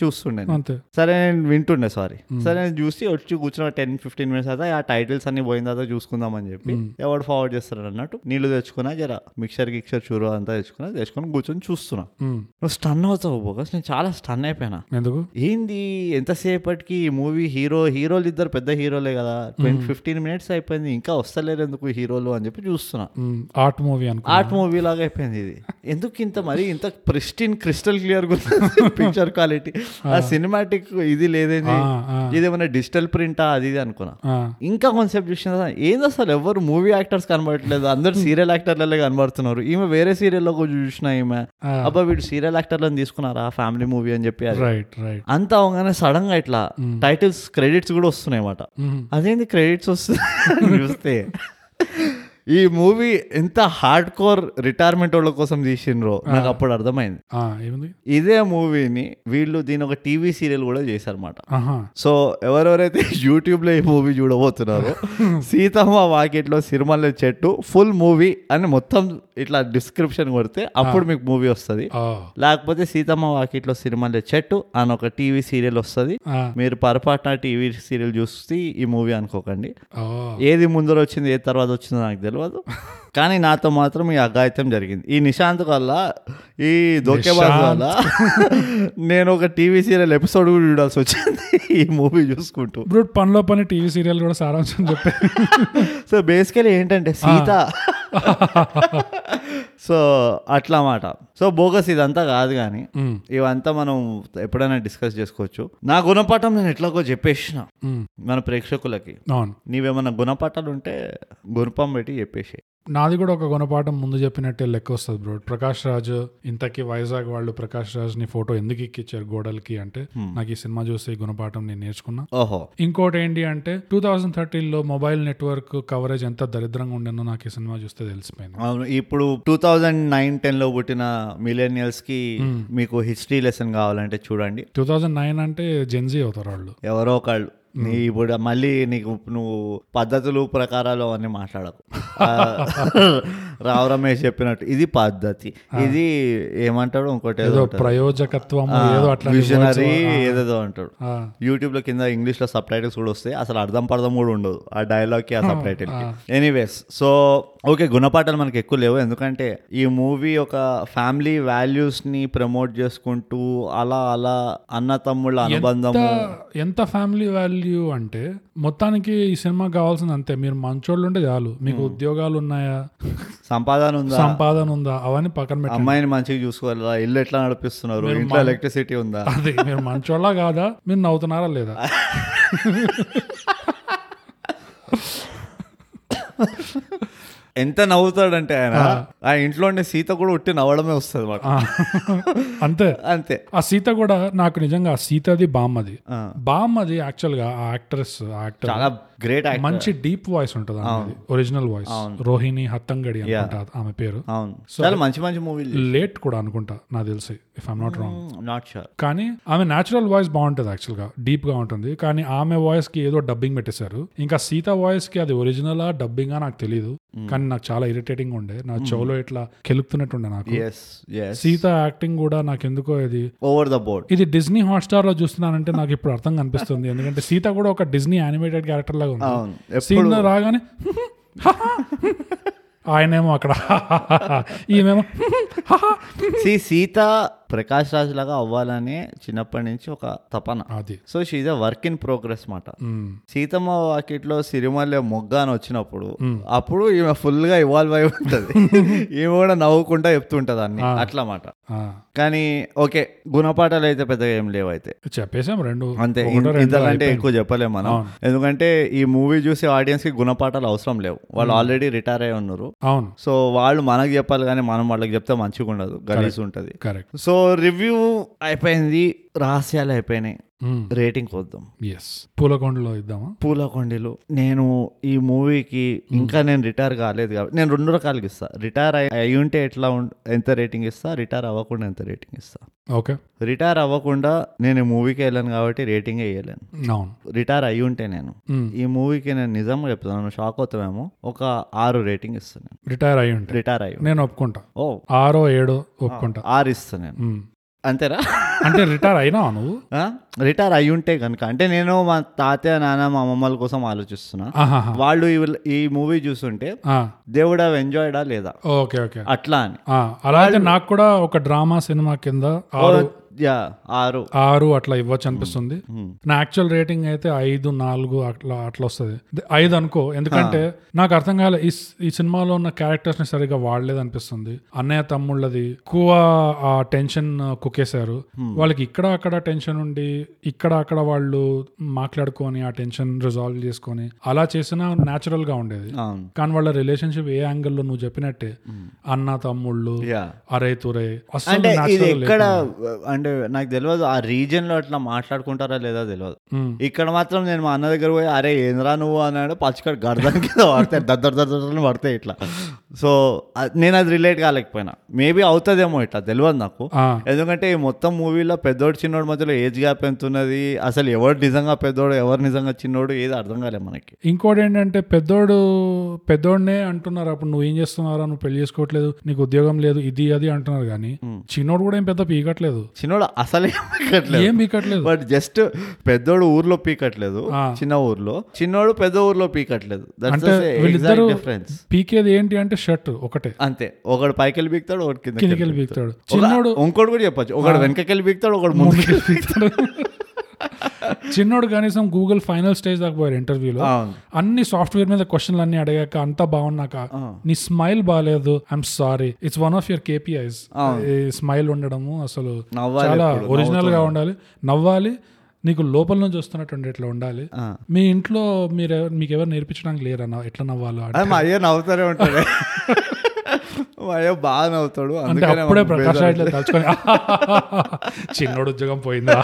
చూస్తుండే నేను.
అంతే
సరే నేను వింటుండే సారీ సరే నేను చూసి వచ్చి కూర్చున్న టెన్ ఫిఫ్టీన్ మినిట్స్ అయితే ఆ టైటిల్స్ అన్ని పోయిన తర్వాత చూసుకుందాం అని చెప్పి ఎవడు ఫార్వర్డ్ చేస్తాడు అన్నట్టు నీళ్ళు తెచ్చుకున్నా జర మిక్సర్ గిక్సర్ చూరు అంతా తెచ్చుకున్నా తెచ్చుకొని కూర్చొని చూస్తున్నా
ఉమ్.
నువ్వు స్టన్ అవుతావు బోగస్ నేను చాలా స్టన్ అయిపోయినా
ఎందుకు
ఏంది ఎంతసేపటికి ఈ మూవీ హీరో హీరోలు ఇద్దరు పెద్ద హీరోలే కదా ట్వంటీ ఫిఫ్టీన్ మినిట్స్ అయిపోయింది ఇంకా వస్తలేరు ఎందుకు హీరోలు అని చెప్పి చూస్తున్నా
ఆర్ట్ మూవీ అనుకో
ఆర్ట్ మూవీ లాగా అయిపోయింది ఇది ఎందుకు ఇంత మరి ఇంత pristine crystal clear picture quality ఆ సినిమాటిక్ ఇది లేదేంది
ఆ, ఆ,
ఇది ఏమైనా డిజిటల్ ప్రింటా అది ఇది అనుకున్నా
ఆ.
ఇంకా కాన్సెప్ట్ చూసిన ఏంది అసలు ఎవరు మూవీ యాక్టర్స్ కనబడట్లేదు అందరు సీరియల్ యాక్టర్లలో కనబడుతున్నారు ఈమె వేరే సీరియల్లో చూసిన ఈమె
ఆ.
అబ్బా వీడు సీరియల్ యాక్టర్లను తీసుకున్నారా ఫ్యామిలీ మూవీ అని చెప్పి అది.
రైట్ రైట్
అంత అవగానే సడన్ గా ఇట్లా టైటిల్స్ క్రెడిట్స్ కూడా వస్తున్నాయి అన్నమాట
మ్మ్.
అదేంది క్రెడిట్స్ వస్తున్నాయి చూస్తే ఈ మూవీ ఎంత హార్డ్ కోర్ రిటైర్మెంట్ వాళ్ళ కోసం తీసిండ్రో నాకు అప్పుడు అర్థమైంది
ఆ, ఏముంది
ఇదే మూవీని వీళ్ళు దీని ఒక టీవీ సీరియల్ కూడా చేశారన్నమాట
ఆహా
సో ఎవరెవరైతే యూట్యూబ్లో ఈ మూవీ చూడబోతున్నారో సీతమ్మ వాకిట్లో సిరిమల్ల చెట్టు ఫుల్ మూవీ అని మొత్తం ఇట్లా డిస్క్రిప్షన్ కొడితే అప్పుడు మీకు మూవీ వస్తుంది
ఆ,
లేకపోతే సీతమ్మ వాకిట్లో సిరిమల్ల చెట్టు అని ఒక టీవీ సీరియల్ వస్తుంది
ఆ,
మీరు పొరపాటున టీవీ సీరియల్ చూసి ఈ మూవీ అనుకోకండి
ఆ,
ఏది ముందర వచ్చింది ఏది తర్వాత వచ్చిందో నాకు తెలియదు కానీ నాతో మాత్రం ఈ అఘాయిత్యం జరిగింది ఈ నిశాంత్ వల్ల ఈ దొక్కేబాజ్ వల్ల నేను ఒక టీవీ సీరియల్ ఎపిసోడ్ కూడా చూడాల్సి వచ్చింది ఈ మూవీ చూసుకుంటూ
బ్రూట్ పనిలో పని టీవీ సీరియల్ కూడా సారాంశం చెప్పే
సో బేసికలీ ఏంటంటే సీత సో అట్లా మాట సో బోగస్ ఇదంతా కాదు కానీ
మ్మ్.
ఇవంతా మనం ఎప్పుడైనా డిస్కస్ చేసుకోవచ్చు నా గుణపాఠం నేను ఎట్లాగో చెప్పేసిన
మ్మ్.
మన ప్రేక్షకులకి
అవును
నీవేమన్నా గుణపాఠాలు ఉంటే గుణపం పెట్టి చెప్పేసి
నాది కూడా ఒక గుణపాఠం ముందు చెప్పినట్టే లెక్క వస్తుంది బ్రో ప్రకాష్ రాజ్ ఇంతకీ వైజాగ్ వాళ్ళు ప్రకాష్ రాజ్ ని ఫోటో ఎందుకు ఎక్కిచ్చారు గోడలకి అంటే నాకు ఈ సినిమా చూసి ఈ గుణపాఠం నేను నేర్చుకున్నా
ఓహో
ఇంకోటి ఏంటి అంటే టూ థౌజండ్ థర్టీన్లో మొబైల్ నెట్వర్క్ కవరేజ్ ఎంత దరిద్రంగా ఉండేనో నాకు ఈ సినిమా చూస్తే తెలిసిపోయింది
అవును ఇప్పుడు టూ థౌజండ్ నైన్ టెన్ లో పుట్టిన మిలేనియల్స్ కి మీకు హిస్టరీ లెసన్ కావాలంటే చూడండి
టూ థౌజండ్ నైన్ అంటే జెన్జీ అవుతారు వాళ్ళు
ఎవరో ఒకళ్ళు నీ ఇప్పుడు మళ్ళీ నీకు నువ్వు పద్ధతులు ప్రకారాలు అవన్నీ మాట్లాడకు ఆ, రావు రమేష్ చెప్పినట్టు ఇది పద్ధతి ఇది ఏమంటాడు ఇంకోటి ఏదో
ఏదో ప్రయోజకత్వం ఏదో అట్లా
విజనరీ ఏదేదో అంటాడు యూట్యూబ్ లో కింద ఇంగ్లీష్ లో సబ్ టైటిల్స్ కూడా వస్తాయి అసలు అర్థం పర్థం కూడా ఉండదు ఆ డైలాగ్ కి ఆ సబ్ టైటిల్ కి ఎనీవేస్ సో ఓకే గుణపాఠాలు మనకి ఎక్కువ లేవు ఎందుకంటే ఈ మూవీ ఒక ఫ్యామిలీ వాల్యూస్ ని ప్రమోట్ చేసుకుంటూ అలా అలా అన్న తమ్ముళ్ళ అనుబంధము
ఎంత ఫ్యామిలీ వాల్యూ అంటే మొత్తానికి ఈ సినిమా కావాల్సింది అంతే మీరు మంచోళ్ళు ఉంటే చాలు మీకు ఉద్యోగాలు ఉన్నాయా
సంపాదన ఉందా
సంపాదన ఉందా అవన్నీ పక్కన పెట్టండి
అమ్మాయిని మంచిగా చూసుకోవాలా ఇల్లు ఎట్లా నడిపిస్తున్నారు ఇంట్లో ఎలక్ట్రిసిటీ ఉందా
అది మీరు మంచోళ్ళ కాదా మీరు నవ్వుతున్నారా లేదా
ఎంత నవ్వుతాడంటే ఆయన ఆ ఇంట్లో ఉండే సీత కూడా ఉట్టి నవ్వడమే వస్తుంది మాకు
ఆ. అంతే
అంతే
ఆ సీత కూడా నాకు నిజంగా ఆ సీతది బామ్మది
ఆ.
బామ్మది యాక్చువల్ గా ఆ యాక్ట్రెస్ ఆ యాక్టర్
చాలా గ్రేట్ యాక్ట్
మంచి డీప్ వాయిస్ ఉంటుంది ఒరిజినల్ వాయిస్ రోహిణి హత్తంగడి అనుకుంటా ఆమె పేరు
అవును చాలా మంచి మంచి మూవీలు
లేట్ కూడా అనుకుంటా నాకు తెలిసి if I'm not wrong
not sure
కానీ ఆమె న్యాచురల్ వాయిస్ బాగుంటుంది యాక్చువల్గా డీప్గా ఉంటుంది కానీ ఆమె వాయిస్ కి ఏదో డబ్బింగ్ పెట్టేశారు ఇంకా సీత వాయిస్ కి అది ఒరిజినలా డబ్బింగా నాకు తెలియదు కానీ నాకు చాలా ఇరిటేటింగ్ ఉండే నా చెవులో ఇట్లా కెలుపుతున్నట్టుండే నాకు
ఎస్ ఎస్
సీత యాక్టింగ్ కూడా నాకు ఎందుకో ఇది
ఓవర్ ద బోర్డ్
ఇది డిజ్నీ హాట్స్టార్ లో చూస్తున్నానంటే నాకు ఇప్పుడు అర్థం కనిపిస్తుంది ఎందుకంటే సీత కూడా ఒక డిజ్నీ యానిమేటెడ్ క్యారెక్టర్ లాగా ఉంది
అవును
సీన్ లో రాగానే ఆయనేమో అక్కడ ఈమెమో
సి సీత ప్రకాష్ రాజ్ లాగా అవ్వాలనే చిన్నప్పటి నుంచి ఒక తపన
అది
so she a work in progress మాట
మ్మ్.
సీతమ్మ వాకిట్లో సిరిమల్లె మొగ్గ అని వచ్చినప్పుడు అప్పుడు ఈమె ఫుల్ గా ఇవాల్వ్ అయి ఉంటది ఈమె కూడా నవ్వుకుంటా చెప్తుంటది అన్ని అట్లా మాట
ఆ,
కానీ ఓకే గుణపాఠాలు అయితే పెద్దగా ఏం లేవు అయితే
చెప్పేసాం రెండు
అంతే
ఒకటో
ఇన్-
రెండో
ఇంతకంటే
అయిపోయింది.
ఎక్కువ చెప్పలేం మనం ఎందుకంటే ఈ మూవీ చూసే ఆడియన్స్ కి గుణపాఠాలు అవసరం లేవు వాళ్ళు ఆల్రెడీ రిటైర్ అయి ఉన్నారు
అవును
సో వాళ్ళు మనకు చెప్పాలి కానీ మనం వాళ్ళకి చెప్తే మంచిగా ఉండదు గలీజ్ ఉంటుంది
కరెక్ట్
సో రివ్యూ అయిపోయింది రహస్యాలు అయిపోయినాయి రేటింగ్ వద్దాం
ఎస్ పూలకొండలో ఇద్దామా
పూలకొండలు నేను ఈ మూవీకి ఇంకా నేను రిటైర్ కాలేదు కాబట్టి నేను రెండు రకాలుగా ఇస్తా రిటైర్ అయి అయి ఉంటే ఎట్లా ఉం- ఎంత రేటింగ్ ఇస్తా రిటైర్ అవ్వకుండా ఎంత రేటింగ్ ఇస్తా
ఓకే
రిటైర్ అవ్వకుండా నేను ఈ మూవీకి వెళ్ళాను కాబట్టి రేటింగ్ వేయలేను
అవును
రిటైర్ అయి ఉంటే నేను
మ్మ్.
ఈ మూవీకి నేను నిజంగా చెప్తున్నాను షాక్ అవుతామేమో ఒక ఆరు రేటింగ్ ఇస్తాను
రిటైర్ అయి ఉంటే
రిటైర్ అయి ఉంటే.
నేను ఒప్పుకుంటా
ఓ
ఆరో ఏడో ఒప్పుకుంటా
ఆరు ఇస్తాను నేను
మ్మ్.
అంతేరా
అంటే రిటైర్ అయినా నువ్వు
ఆ? రిటైర్ అయి ఉంటే కనుక అంటే నేను మా తాతయ్య నాన్న మా అమ్మమ్మల కోసం ఆలోచిస్తున్నా
ఆహాహా.
వాళ్ళు ఈ- ఈ మూవీ చూస్తుంటే
ఆ,
దేవుడు అవి ఎంజాయ్డా లేదా
ఓకే ఓకే
అట్లా అని
ఆ, అలా అయితే నాకు కూడా ఒక డ్రామా సినిమా కింద ఆరు
యా ఆరు
ఆరు అట్లా ఇవ్వచ్చు అనిపిస్తుంది నా యాక్చువల్ రేటింగ్ అయితే ఐదు నాలుగు అట్లా అట్లా వస్తుంది ద- ఐదు అనుకో ఎందుకంటే నాకు అర్థం కాలే ఈ స్- ఈ సినిమాలో ఉన్న క్యారెక్టర్స్ ని సరిగా వాడలేదు అనిపిస్తుంది అన్నయ్య తమ్ముళ్ళది ఎక్కువ ఆ టెన్షన్ కుక్కేశారు వాళ్ళకి ఇక్కడ అక్కడ టెన్షన్ ఉండి ఇక్కడ అక్కడ వాళ్ళు మాట్లాడుకొని ఆ టెన్షన్ రిజాల్వ్ చేసుకొని అలా చేసినా న్యాచురల్ గా ఉండేది
అవును
కానీ వాళ్ళ రిలేషన్షిప్ ఏ యాంగిల్లో నువ్వు చెప్పినట్టే అన్న తమ్ముళ్ళు
యా
అరే తురే
అంటే
అసలు
ఇది
న్యాచురల్
ఎక్కడ అంటే నాకు తెలియదు ఆ రీజియన్ లో అట్లా మాట్లాడుకుంటారా లేదా తెలియదు ఇక్కడ మాత్రం నేను మా అన్న దగ్గర పోయి అరే ఏంద్రా నువ్వు అన్నాడు పచ్చకడ గడదాని కింద పడతాయి దద్దర దద్దరని పడతాయి ఇట్లా సో అ- నేను అది రిలేట్ కాలేకపోయినా మేబీ అవుతుందేమో ఇట్లా తెలియదు నాకు
Ah.
ఎందుకంటే ఈ మొత్తం మూవీలో పెద్దోడు చిన్నోడు మధ్యలో ఏజ్ గ్యాప్ ఎంత ఉన్నది అసలు ఎవరు నిజంగా పెద్దోడు ఎవరు నిజంగా చిన్నోడు ఏది అర్థం కాలేదు మనకి
ఇంకోటి ఏంటంటే పెద్దోడు పెద్దోడినే అంటున్నారు అప్పుడు నువ్వు ఏం చేస్తున్నారా నువ్వు పెళ్లి చేసుకోవట్లేదు నీకు ఉద్యోగం లేదు ఇది అది అంటున్నారు కానీ చిన్నోడు కూడా ఏం పెద్ద పీకట్లేదు
చిన్నోడు అసలే ఎక్కట్లేదు
ఏం పీకట్లేదు
బట్ జస్ట్ పెద్దోడు ఊర్లో పీకట్లేదు
ఆ.
చిన్న ఊర్లో చిన్నోడు పెద్ద ఊర్లో పీకట్లేదు దట్స్
అంటే వీళ్ళిద్దరూ-
డిఫరెన్స్
పీకేది ఏంటి అంటే షర్ట్ ఒకటే
అంతే ఒకడు పైకి వెళ్ళి పీకుతాడు ఒకటి కింద
కిందకి వెళ్ళి పీకుతాడు చిన్నోడు
ఇంకోటి కూడా చెప్పొచ్చు ఒకడు వెనకకి వెళ్ళి పీకుతాడు ఒకడు ముందుకి వెళ్ళి
పీకుతాడు. చిన్నోడు కనీసం గూగుల్ ఫైనల్ స్టేజ్ దాకా పోయారు ఇంటర్వ్యూలో
అవును.
అన్ని సాఫ్ట్వేర్ మీద క్వశ్చన్లు అన్ని అడిగాక అంతా బాగున్నాక నీ స్మైల్ బాగాలేదు I'm sorry it's one of your KPIs smile ఉండడము అసలు
నవ్వాలి
చాలా ఒరిజినల్ గా ఉండాలి నవ్వాలి నీకు లోపల నుంచి వస్తున్నట్టు ఇట్లా ఉండాలి
ఆ.
మీ ఇంట్లో మీరు మీకు ఎవరు నేర్పించడానికి లేరా నా- ఎట్లా నవ్వాలో అని.
అది మా అయ్య నవ్వుతానే ఉంటాడు మా అయ్య బాగా నవ్వుతాడు
అంటే
అందుకనే
అప్పుడే
మాకు
ప్రకాష్
బేజారు.
ఇట్లా తలుచుకొని చిన్నోడు ఉద్యోగం పోయిందా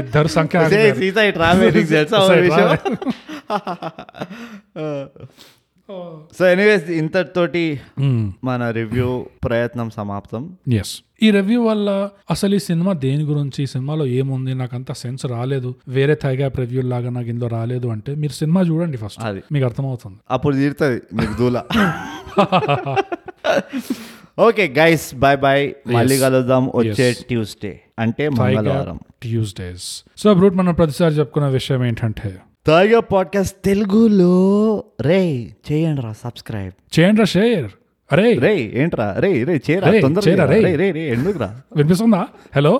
ఇద్దరు సంఖ్య
"ఒసేయ్,
ఆగిపోయారు.
సీత ఇటు రావే, నీకు తెలుసా ఓ
సరే,
విషయం?"
రావే.
సో ఎనీవేస్ ఇంతటితోటి
మ్మ్.
మన రివ్యూ ప్రయత్నం సమాప్తం
ఎస్ ఈ రివ్యూ వల్ల అసలు ఈ సినిమా దేని గురించి ఈ సినిమాలో ఏముంది నాకు అంత సెన్స్ రాలేదు వేరే థైగా రివ్యూ లాగా నాకు ఇందులో రాలేదు అంటే మీరు సినిమా చూడండి ఫస్ట్
అది.
మీకు అర్థమవుతుంది
అప్పుడు తీరుతుంది మీకు దూల ఓకే గైస్ బాయ్ బాయ్ మళ్ళీ కలుద్దాం వచ్చే ట్యూస్డే అంటే మంగళవారం
ట్యూస్డేస్ సో బ్రూట్ మనం ప్రతిసారి చెప్పుకున్న విషయం ఏంటంటే
తాగా పాడ్కాస్ట్ తెలుగులో రే చేయండి రా సబ్స్క్రైబ్
చేయండి షేర్ అరే
రే ఏంట్రా రే రే చేయరా
రేయ్,
తొందరగా
చేయరా,
చేయరా.
రేయ్.
రేయ్, రేయ్, రేయ్, ఎందుకురా
వినిపిస్తుందా హలో